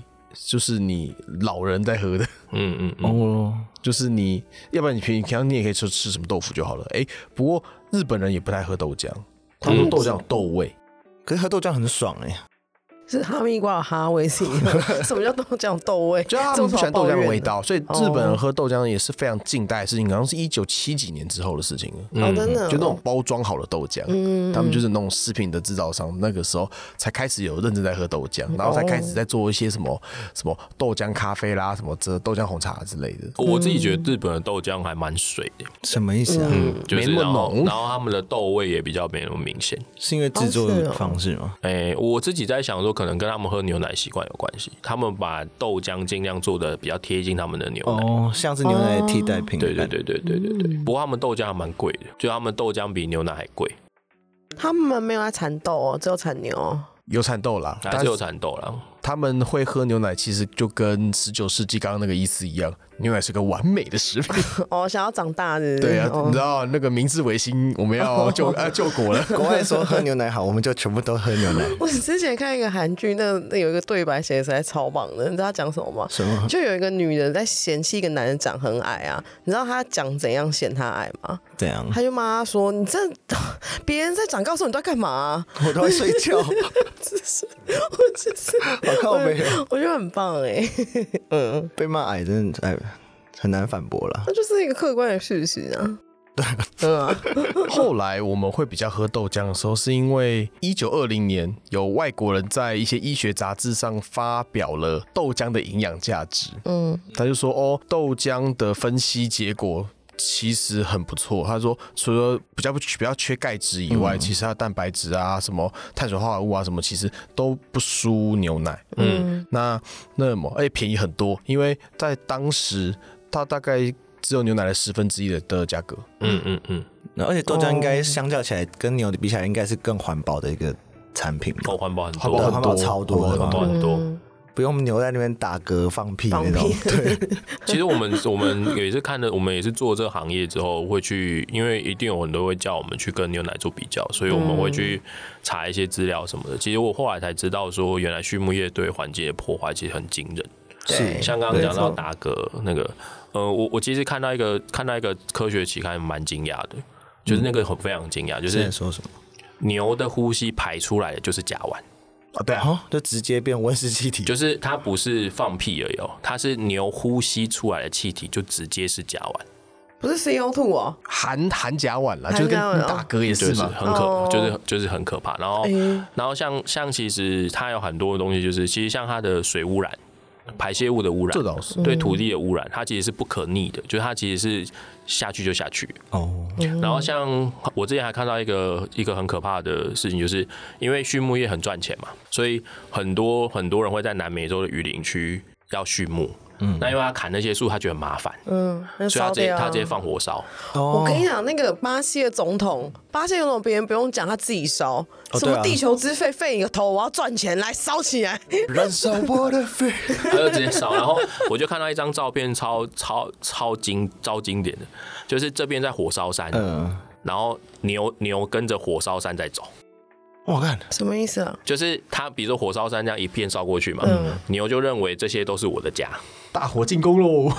Speaker 4: 就是你老人在喝的， [LAUGHS]
Speaker 2: 嗯嗯嗯，
Speaker 1: 哦，
Speaker 4: 就是你要不然你平平常你也可以吃吃什么豆腐就好了。哎、不过日本人也不太喝豆浆，他们说豆浆有豆味，
Speaker 1: 可是喝豆浆很爽哎、
Speaker 3: 是哈密瓜有哈味是一样的 [LAUGHS] 什么叫豆浆豆
Speaker 4: [LAUGHS]
Speaker 3: 味？
Speaker 4: 就他
Speaker 3: 这
Speaker 4: 们
Speaker 3: 么
Speaker 4: 不喜欢豆
Speaker 3: 少
Speaker 4: 浆
Speaker 3: 抱怨
Speaker 4: 的
Speaker 3: 的
Speaker 4: 味。道，所以日本人喝豆浆也是非常近代的事情，好像是一九七几年之后的事情
Speaker 2: 嗯
Speaker 4: 了。
Speaker 3: 哦，真的哦，
Speaker 4: 嗯就那种包装好的豆浆，
Speaker 3: 嗯
Speaker 4: 他们就是那种食品的制造商，那个时候才开始有认真在喝豆浆，然后才开始在做一些什么什么豆浆咖啡啦，什么这豆浆红茶之类的。
Speaker 2: 我自己觉得日本的豆浆还蛮水的，
Speaker 1: 什么意思啊？
Speaker 2: 嗯，就是
Speaker 4: 没那
Speaker 2: 然
Speaker 4: 么
Speaker 2: 后
Speaker 4: 浓
Speaker 2: 然后他们的豆味也比较没那么明显。
Speaker 1: 是因为制作的方式吗？
Speaker 2: 哎、我自己在想说，可能跟他们喝牛奶习惯有关系，他们把豆浆尽量做的比较贴近他们的牛奶。
Speaker 1: 哦，像是牛奶的替代品。
Speaker 3: 哦
Speaker 2: 对对，对对对对
Speaker 4: 嗯
Speaker 2: 对，不过他们豆浆还蛮贵的，就他们豆浆比牛奶还贵，
Speaker 3: 他们没有在产豆哦，只有产牛哦。 [LAUGHS]
Speaker 4: 有产豆啦，
Speaker 2: 还啊是有
Speaker 4: 但
Speaker 2: 产豆啦。
Speaker 4: 他们会喝牛奶，其实就跟十九世纪刚刚那个意思一样，牛奶是个完美的食品。
Speaker 3: 哦，想要长大是不是？
Speaker 4: 对啊，
Speaker 3: 哦
Speaker 4: 你知道那个明治维新，我们要救呃救国了。
Speaker 1: 国外说喝牛奶好，我们就全部都喝牛奶。
Speaker 3: [LAUGHS] 我之前看一个韩剧，那那有一个对白写的实在超棒的，你知道他讲什么吗？
Speaker 1: 什
Speaker 4: 嗯
Speaker 1: 么？
Speaker 3: 就有一个女人在嫌弃一个男人长很矮啊，你知道她讲怎样嫌他矮吗？
Speaker 4: 嗯
Speaker 1: 怎
Speaker 3: [LAUGHS]
Speaker 1: 样？
Speaker 3: 她就骂他说：“你这 [LAUGHS] 别人在长高的时候你都在干嘛啊、 [LAUGHS]
Speaker 1: 我都会睡觉，
Speaker 3: 我只是
Speaker 1: 好靠背哦
Speaker 3: 我觉得很棒哎、嗯，
Speaker 1: 被骂矮真的哎很难反驳了。
Speaker 3: [LAUGHS] 那就是一个客观的事实啊。对啊，
Speaker 4: 后来我们会比较喝豆浆的时候，是因为一九二零年有外国人在一些医学杂志上发表了豆浆的营养价值。
Speaker 3: 嗯，
Speaker 4: 他就说哦，豆浆的分析结果。其实很不错，他说除了比较不比较缺钙质以
Speaker 1: 嗯
Speaker 4: 外，其实它的蛋白质啊、什么碳水化合物啊、什么，其实都不输牛奶。嗯，那那么哎、便宜很多，因为在当时它大概只有牛奶的十分之一的的价格。
Speaker 2: 嗯嗯嗯，
Speaker 1: 然后而且豆浆应
Speaker 3: 哦
Speaker 1: 该相较起来跟牛比起来，应该是更环保的一个产品嘛
Speaker 2: 哦，，环保很
Speaker 4: 环
Speaker 1: 对
Speaker 2: 多，
Speaker 4: 保
Speaker 1: 环
Speaker 4: 很
Speaker 1: 保
Speaker 4: 多
Speaker 1: 超多的
Speaker 4: 环
Speaker 1: 嘛
Speaker 2: 保，很多。
Speaker 1: 不用牛在那边打嗝放屁
Speaker 3: 放
Speaker 1: 那种 [LAUGHS]
Speaker 3: 屁。
Speaker 1: 对，
Speaker 3: [LAUGHS]
Speaker 2: 其实我们我们也是看了，我们也是做这个行业之后会去，因为一定有很多会叫我们去跟牛奶做比较，所以我们会去
Speaker 3: 嗯
Speaker 2: 查一些资料什么的。其实我后来才知道说，原来畜牧业对环境的破坏其实很惊人。
Speaker 3: 对
Speaker 2: 像刚刚讲到
Speaker 3: 没错
Speaker 2: 达格那个，呃，我我其实看到一个看到一个科学期刊，蛮惊讶的，就是那个很非常惊讶，就
Speaker 1: 之前
Speaker 3: 嗯
Speaker 2: 是
Speaker 1: 说什么？
Speaker 2: 牛的呼吸排出来的就是甲烷。
Speaker 4: 啊，对啊，
Speaker 1: 哦，就直接变温室气体，
Speaker 2: 就是它不是放屁而已哦，它是牛呼吸出来的气体就直接是甲烷，
Speaker 3: 不是 CO two 哦，
Speaker 4: 含含甲烷啦，
Speaker 3: 含
Speaker 4: 就是跟
Speaker 3: 甲烷哦
Speaker 4: 大哥也
Speaker 2: 就是是
Speaker 4: 嘛。
Speaker 2: 很可，
Speaker 3: 哦
Speaker 2: 就是就是很可怕。然后，
Speaker 3: 哎
Speaker 2: 然后像像其实它有很多的东西，就是其实像它的水污染、排泄物的污染
Speaker 4: 这，倒是
Speaker 3: 嗯
Speaker 2: 对土地的污染，它其实是不可逆的，就是它其实是下去就下去。
Speaker 1: 哦，
Speaker 3: 嗯
Speaker 2: 然后像我之前还看到一个一个很可怕的事情，就是因为畜牧业很赚钱嘛，所以很多很多人会在南美洲的雨林区要畜牧。嗯，那因为他砍那些树，他觉得很麻烦，
Speaker 3: 嗯，那
Speaker 2: 所以他
Speaker 3: 烧
Speaker 2: 直接
Speaker 3: 掉啊
Speaker 2: 他直接放火烧。
Speaker 3: 我跟你讲，那个巴西的总统，巴西的总统别人不用讲，他自己烧，
Speaker 2: 哦
Speaker 3: 什
Speaker 1: 对
Speaker 3: 么
Speaker 1: 啊
Speaker 3: 地球之肺肺你个头，我要赚钱来烧起来。
Speaker 4: [LAUGHS]
Speaker 1: 燃烧我的肺。
Speaker 2: 他就直接烧。然后我就看到一张照片超，超超经超经典的，就是这边在火烧山，
Speaker 1: 嗯，
Speaker 2: 然后牛牛跟着火烧山在走。
Speaker 1: 我看
Speaker 3: 什么意思啊？
Speaker 2: 就是它，比如说火烧山这样一片烧过去嘛，
Speaker 3: 嗯
Speaker 2: 牛就认为这些都是我的家，
Speaker 4: 大火进攻喽！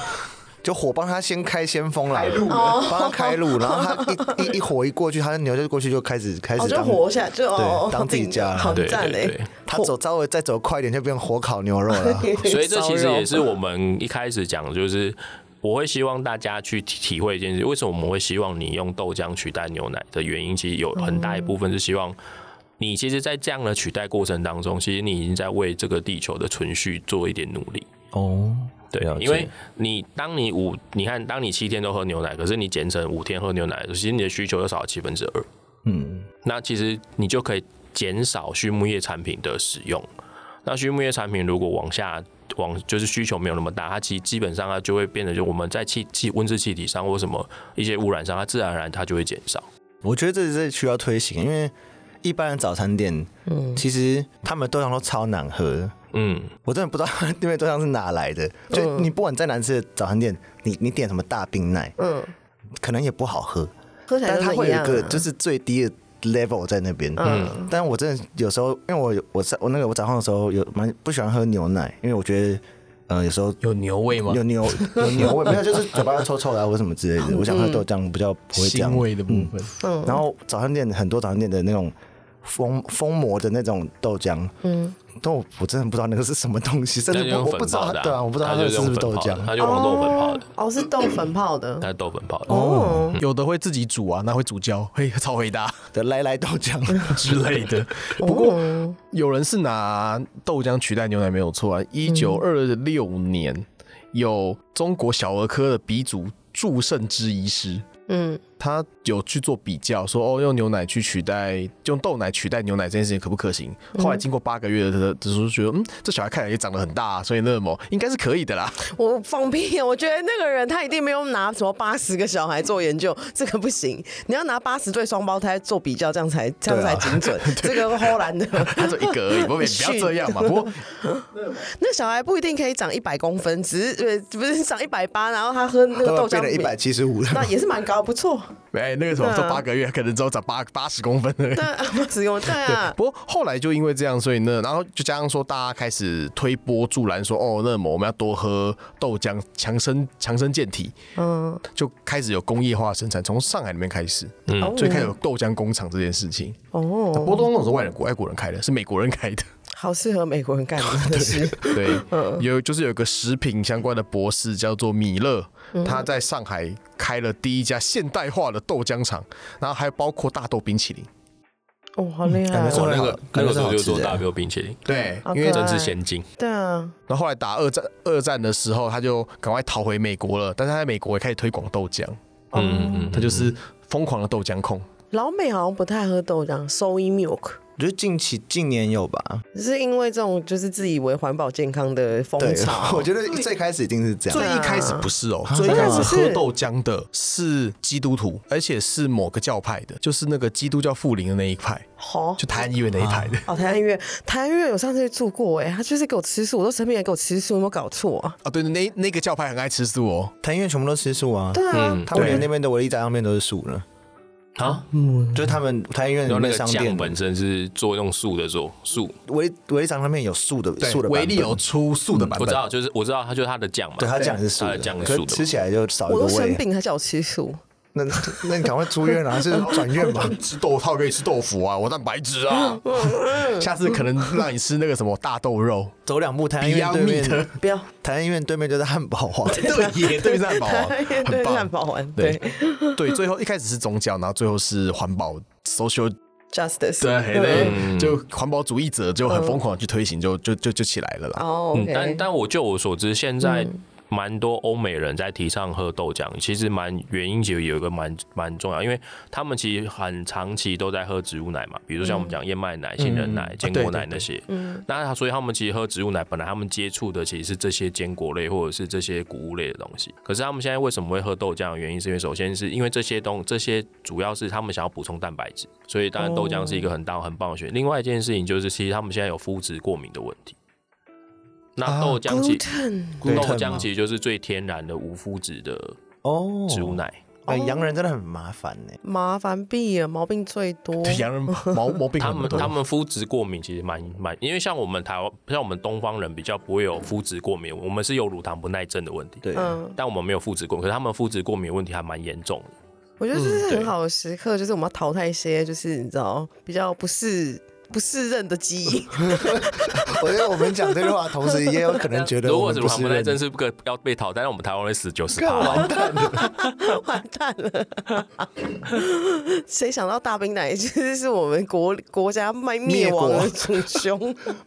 Speaker 1: 就火帮他先开先锋来了，
Speaker 3: 哦
Speaker 1: 帮他开 [LAUGHS] 路，然后他一一一火一过去，他的牛就过去就开始开
Speaker 3: 哦，
Speaker 1: 始
Speaker 3: 就
Speaker 1: 当
Speaker 3: 活下就
Speaker 1: 对
Speaker 3: 哦，
Speaker 1: 当自己家了
Speaker 3: 好
Speaker 2: 对
Speaker 3: 赞
Speaker 2: 对
Speaker 3: 哎
Speaker 2: 对！
Speaker 1: 他
Speaker 3: [LAUGHS]
Speaker 1: 走稍微再走快一点就变火烤牛肉了。
Speaker 2: 所以这其实
Speaker 3: 烧
Speaker 2: 也是
Speaker 3: 肉
Speaker 2: 我们一开始讲的，就是我会希望大家去体体会一件事，为什么我们会希望你用豆浆取代牛奶的原因，其实有很大一部分是希望。你其实，在这样的取代过程当中，其实你已经在为这个地球的存续做一点努力。
Speaker 1: [LAUGHS] 哦，
Speaker 2: 对
Speaker 1: 了，解
Speaker 2: 因为你当你五，你看，当你七天都喝牛奶，可是你减成五天喝牛奶的时候，其实你的需求又少了七分之二。
Speaker 1: 嗯，
Speaker 2: 那其实你就可以减少畜牧业产品的使用。那畜牧业产品如果往下往就是需求没有那么大，它其实基本上它就会变得就我们在气气温室气体上或什么一些污染上，它自然而然它就会减少。
Speaker 1: 我觉得这是需要推行，因为一般的早餐店，嗯，其实他们豆浆都超难喝的。
Speaker 2: 嗯，
Speaker 1: 我真的不知道 [LAUGHS] 那边豆浆是哪来的，就你不管再难吃的早餐店，你你点什么大冰奶，
Speaker 3: 嗯，
Speaker 1: 可能也不好喝，
Speaker 3: 喝起来
Speaker 1: 但
Speaker 3: 都
Speaker 1: 它
Speaker 3: 是
Speaker 1: 会
Speaker 3: 一
Speaker 1: 有
Speaker 3: 样
Speaker 1: 一
Speaker 3: 啊
Speaker 1: 个就是最低的 level 在那边。嗯，但我真的有时候，因为我有我在我那个我早上的时候有蛮不喜欢喝牛奶，因为我觉得呃有时候
Speaker 5: 有牛味吗
Speaker 1: 有？牛有牛味，没有就是嘴巴臭臭的啊或什么之
Speaker 3: [LAUGHS]
Speaker 1: 类的。我想
Speaker 3: 嗯
Speaker 1: 喝豆浆比较不会这样
Speaker 5: 腥。味的部分，
Speaker 1: 然后早餐店很多早餐店的那种封封膜的那种豆浆，嗯，但我我真的不知道那个是什么东
Speaker 2: [LAUGHS]
Speaker 1: 西，甚
Speaker 2: 那就
Speaker 1: 至
Speaker 2: 用
Speaker 1: 我我
Speaker 2: 粉
Speaker 1: 不知道
Speaker 2: 泡的、
Speaker 1: 它，对啊，我不知道
Speaker 2: 它
Speaker 1: 它
Speaker 2: 就是
Speaker 1: 不
Speaker 2: 用
Speaker 1: 是
Speaker 2: 粉
Speaker 1: 豆
Speaker 2: 泡的，
Speaker 1: 浆，
Speaker 2: [LAUGHS] 它就黄豆粉泡的，啊
Speaker 3: 哦，是豆粉泡的
Speaker 1: 嗯
Speaker 2: 它，是豆粉泡的。啊
Speaker 3: 哦，
Speaker 4: 有的会自己煮啊，那会煮焦，嘿，超伟大
Speaker 1: 的来来豆浆，
Speaker 4: 之类的。不过
Speaker 3: 哦
Speaker 4: 有人是拿豆浆取代牛奶没有错啊。一九二六年，有中国小儿科的鼻祖祝圣之医师，
Speaker 3: 嗯，
Speaker 4: 他有去做比较，说哦，用牛奶去取代用豆奶取代牛奶这件事情可不可行？
Speaker 3: 嗯
Speaker 4: 后来经过八个月的的时候，觉得嗯，这小孩看起来也长得很大、所以那么应该是可以的
Speaker 3: [LAUGHS]
Speaker 4: 啦。
Speaker 3: 我放屁！我觉得那个人他一定没有拿什么八十个小孩做研究，这个不行。你要拿八十对双胞胎做比较，这样才这样才啊精 [LAUGHS] 准。这个是后兰 [LAUGHS] 的，
Speaker 4: 他只有一个而已，不过也不要这样嘛。不过
Speaker 3: [LAUGHS] 那小孩不一定可以长一百公分，只是呃不是长一百八，然后他喝那 [LAUGHS] 个豆浆
Speaker 1: 变成一百，七十五
Speaker 3: 那也是蛮高，不错。
Speaker 4: 哎，那个时候
Speaker 3: 对啊
Speaker 4: 说八个月，可能只有长八八十公分而已。
Speaker 3: 对啊，使用 [LAUGHS] 对啊，
Speaker 4: 不过后来就因为这样，所以呢，然后就加上说，大家开始推波助澜，说哦，那么我们要多喝豆浆，强身强身健体，
Speaker 3: 嗯，
Speaker 4: 就开始有工业化生产，从上海那边开始，
Speaker 3: 哦
Speaker 4: 所以开始有豆浆工厂这件事情。
Speaker 3: 哦，
Speaker 4: 波东那种是外人外国人开的，是美国人开
Speaker 3: [LAUGHS]
Speaker 4: 的。
Speaker 3: 好适合美国人干的真的 [LAUGHS] 是。
Speaker 4: 对，
Speaker 3: 嗯
Speaker 4: 有就是有一个食品相关的博士叫做米勒，
Speaker 3: 嗯
Speaker 4: 他在上海开了第一家现代化的豆浆厂，然后还包括大豆冰淇淋。
Speaker 3: 哦，好厉害
Speaker 1: 感觉是
Speaker 3: 哦！
Speaker 2: 我
Speaker 1: 哇
Speaker 2: 那
Speaker 1: 那
Speaker 2: 个
Speaker 1: 个
Speaker 2: 那
Speaker 1: 那个
Speaker 2: 个时
Speaker 1: 时
Speaker 2: 候
Speaker 1: 候
Speaker 2: 就
Speaker 1: 就
Speaker 2: 做
Speaker 1: 做
Speaker 2: 大
Speaker 1: 大
Speaker 2: 标冰淇淋，
Speaker 4: 对，
Speaker 3: 好
Speaker 4: 因为
Speaker 3: 可
Speaker 2: 真
Speaker 1: 哎
Speaker 2: 是
Speaker 3: 爱
Speaker 2: 先进。
Speaker 3: 对啊，
Speaker 4: 然后后来打二战，二战的时候他就赶快逃回美国了，但是他在美国也开始推广豆浆，
Speaker 2: 嗯嗯
Speaker 4: 他就是疯狂的豆浆控。
Speaker 3: 老美好像不太喝豆浆，soy milk。
Speaker 1: [LAUGHS] 我觉得近期近年有吧，
Speaker 3: 是因为这种就是自以为环保健康的风
Speaker 1: 对
Speaker 3: 潮，，
Speaker 1: [LAUGHS] 我觉得最开始一定是这
Speaker 4: 最
Speaker 1: 样，
Speaker 4: 一开始不是哦，最一
Speaker 3: 真的
Speaker 4: 开始
Speaker 3: 不啊是
Speaker 4: 喝豆浆的是基督徒，而且是某个教派的，就是那个基督教复临的那一派，
Speaker 3: 好
Speaker 4: 就台湾医院那一派的。
Speaker 3: 哦，台湾月，台湾月我上次去住过哎、他就是给我吃素，我都生病了给我吃素，有没有搞错
Speaker 4: [LAUGHS]
Speaker 3: 啊？
Speaker 4: 啊，对，那那个教派很爱吃素哦，
Speaker 1: 他因为全部都吃素啊，
Speaker 3: 对啊，
Speaker 2: 嗯，
Speaker 1: 他们
Speaker 4: 对
Speaker 1: 连那边的维力炸酱面都是素的，
Speaker 2: 好，
Speaker 3: 嗯
Speaker 1: 就是他们他医院
Speaker 2: 然
Speaker 1: 里
Speaker 2: 后那
Speaker 1: 面
Speaker 2: 个
Speaker 1: 商
Speaker 2: 酱
Speaker 1: 店
Speaker 2: 本身是做用素的做素，
Speaker 1: 维维力炸酱面有素的
Speaker 4: 对
Speaker 1: 素的版本
Speaker 4: 维力有，出素的版
Speaker 2: 我
Speaker 4: 本，嗯
Speaker 2: 知道，就是我知道它就是它的酱嘛，
Speaker 1: 对他酱是素
Speaker 2: 它的
Speaker 1: 的，
Speaker 2: 啊酱
Speaker 1: 可
Speaker 2: 是素
Speaker 1: 是
Speaker 2: 的嘛，
Speaker 1: 吃起来就少一
Speaker 3: 我
Speaker 1: 个
Speaker 3: 都生
Speaker 1: 味。
Speaker 3: 病，他叫我吃素，
Speaker 1: 那 [LAUGHS] 那你赶快出
Speaker 3: [LAUGHS]
Speaker 1: 院啊，是转
Speaker 4: [LAUGHS]
Speaker 1: 院吧？
Speaker 4: 吃豆套可以吃豆腐啊，我蛋白质啊， [LAUGHS] 下次可能让你吃那个什么大豆肉
Speaker 1: 走两步，台湾医院
Speaker 4: ，Beyond
Speaker 1: 对
Speaker 4: Meat，
Speaker 1: 面，
Speaker 3: 不要
Speaker 1: 台湾医院对面就是汉堡王。
Speaker 4: [LAUGHS] 对耶，对战堡啊，
Speaker 3: [LAUGHS] [LAUGHS]
Speaker 4: 很
Speaker 3: 对汉
Speaker 4: 棒，
Speaker 3: 堡丸，
Speaker 4: 对
Speaker 3: 对
Speaker 2: [LAUGHS]
Speaker 4: 对，最后一开始是宗教，然后最后是环保 social，
Speaker 3: justice，
Speaker 4: [LAUGHS] 对对，就环保主义者就很疯狂地去推行，就就就就起来了啦。
Speaker 3: 哦
Speaker 2: 嗯，但
Speaker 3: ，OK，嗯
Speaker 2: 但我就我所知，现在蛮多欧美人在提倡喝豆浆，其实蛮原因其实有一个蛮蛮重要，因为他们其实很长期都在喝植物奶嘛，比如说像我们讲燕麦奶、杏仁奶、坚果奶那些，嗯，那他所以他们其实喝植物奶，本来他们接触的其实是这些坚果类或者是这些谷物类的东西，可是他们现在为什么会喝豆浆？的原因是因为首先是因为这些东这些主要是他们想要补充蛋白质，所以当然豆浆是一个很大很棒的选。另外一件事情就是，其实他们现在有肤质过敏的问题。那
Speaker 1: 啊
Speaker 2: 豆浆其
Speaker 3: gluten
Speaker 2: 豆
Speaker 1: gluten
Speaker 2: 浆
Speaker 1: 吗
Speaker 2: 其实就是最天然的无麸质的
Speaker 1: 哦，
Speaker 2: 植物奶。
Speaker 1: 哎，洋人真的很麻烦呢。
Speaker 3: 麻烦毙了，毛病最多。
Speaker 4: 对洋人毛毛病
Speaker 2: 他
Speaker 4: 很
Speaker 2: 们
Speaker 4: 多，
Speaker 2: 他们肤质过敏其实蛮蛮，因为像我们台湾，像我们东方人比较不会有肤质过敏，我们是有乳糖不耐症的问题，
Speaker 1: 对，
Speaker 3: 嗯，
Speaker 2: 但我们没有肤质过敏，可是他们肤质过敏的问题还蛮严重的。
Speaker 3: 我觉得这是
Speaker 2: 嗯对
Speaker 3: 很好的时刻，就是我们要淘汰一些，就是你知道比较不适不适任的基因。
Speaker 1: 我觉得我们讲这句话，同时也有可能觉得
Speaker 2: [LAUGHS] 如
Speaker 1: 我
Speaker 2: 果
Speaker 1: 们
Speaker 2: 是
Speaker 1: 不
Speaker 2: 乳糖
Speaker 1: 是
Speaker 2: 不耐
Speaker 1: 认
Speaker 2: 症是不可要被淘汰，但我们台湾会死九十
Speaker 1: 干
Speaker 2: 八。
Speaker 1: 完蛋了。
Speaker 3: [LAUGHS] 完蛋了！谁想到大冰奶其实是我们国国家卖灭亡的主凶？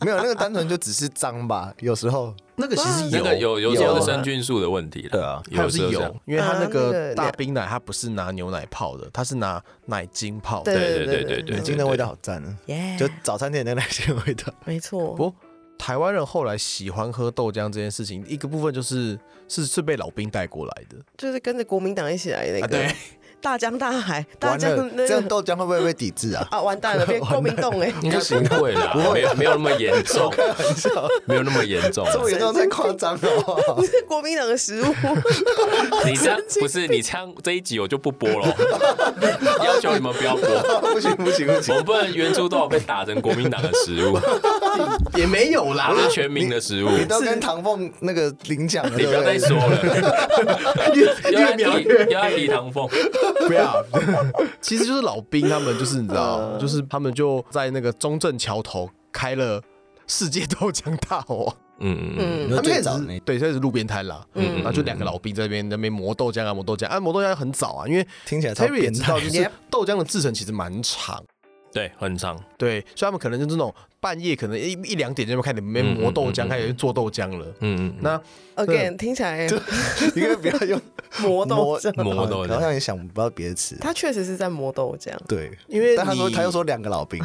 Speaker 1: 没有那个单纯就只是脏吧，有时候
Speaker 4: 那个其实
Speaker 2: 那个有有时
Speaker 1: 有
Speaker 2: 候
Speaker 1: 啊
Speaker 2: 是生菌素的问题了，
Speaker 1: 对啊
Speaker 4: 还有
Speaker 2: 有时
Speaker 4: 是
Speaker 2: 候这
Speaker 4: 有
Speaker 2: 样，，
Speaker 4: 因为它
Speaker 3: 啊
Speaker 4: 那
Speaker 3: 那个
Speaker 4: 个大
Speaker 3: 两
Speaker 4: 冰奶，它不是拿牛奶泡的，它是拿奶精泡的。
Speaker 3: 对
Speaker 2: 对对对对
Speaker 1: 奶精
Speaker 2: 对，
Speaker 1: 的
Speaker 2: 对
Speaker 1: 味道好赞啊！
Speaker 3: 耶
Speaker 1: 就早餐店的奶精的味道，
Speaker 3: 没错，
Speaker 4: 不过台湾人后来喜欢喝豆浆这件事情，一个部分就是是是被老兵带过来的。
Speaker 3: 就是跟着国民党一起来那
Speaker 4: 啊
Speaker 3: 个、
Speaker 4: 对
Speaker 3: 大江大海， [LAUGHS] 大
Speaker 1: 完
Speaker 3: 江
Speaker 1: 了，
Speaker 3: 那
Speaker 1: 这样
Speaker 3: 个
Speaker 1: 豆浆会不会被抵制
Speaker 3: [LAUGHS]
Speaker 1: 啊？
Speaker 3: 啊，完蛋了，变光明洞哎、
Speaker 2: 应该不会啦，没有没有那么严重，没有那么严重。
Speaker 1: 这么严重太夸张了好不好
Speaker 3: [LAUGHS] 不是国民党的食物，
Speaker 2: 你这样不是你这样这一集我就不播了， [LAUGHS] 要求你们不要播，
Speaker 1: 不行不行不
Speaker 2: 我
Speaker 1: 行！
Speaker 2: 们不能原著都有被打成国民党的食物，
Speaker 4: 也没有啦
Speaker 2: 不是全民的食物。
Speaker 1: 你都跟唐凤那个领奖了，
Speaker 2: 你
Speaker 1: 对
Speaker 2: 不要再
Speaker 1: 对
Speaker 2: 说了， [LAUGHS] 又要提又要提唐凤，
Speaker 4: [LAUGHS] 不要。其实就是老兵他们就是你知道，就是他们就在那个中正桥头开了世界豆浆大王。
Speaker 2: 嗯嗯
Speaker 1: 你
Speaker 3: 嗯，
Speaker 1: 说
Speaker 4: [LAUGHS] 他们
Speaker 1: 最
Speaker 4: 开始
Speaker 1: 早
Speaker 4: 是
Speaker 1: 那
Speaker 4: 对，开始是路边摊啦，
Speaker 3: 嗯
Speaker 4: 然后就两个老兵在那边那边磨豆浆啊，磨豆浆啊，磨豆浆很早啊，因为
Speaker 1: 听起来超
Speaker 4: Terry 也
Speaker 1: 变
Speaker 4: 知
Speaker 1: 态
Speaker 4: 道，就。是豆浆的制成其实蛮长，
Speaker 2: 对，很长，
Speaker 4: 对，所以他们可能就是那种半夜可能一一两点就开始没
Speaker 2: 嗯
Speaker 4: 磨
Speaker 2: 嗯
Speaker 4: 豆
Speaker 2: 嗯
Speaker 4: 浆，开始做豆浆了。
Speaker 2: 嗯嗯，
Speaker 4: 那
Speaker 3: again 听起
Speaker 1: [LAUGHS]
Speaker 3: 来
Speaker 1: 你可以不要用
Speaker 3: 磨豆
Speaker 1: 磨
Speaker 3: 浆，
Speaker 2: 磨豆
Speaker 1: 好
Speaker 2: 浆，
Speaker 1: 像也想不到别的词。
Speaker 3: 他确实是在磨豆浆。
Speaker 1: 对，
Speaker 4: 因为
Speaker 1: 但他说
Speaker 4: 你
Speaker 1: 他又说两个老
Speaker 4: [LAUGHS]
Speaker 1: 兵，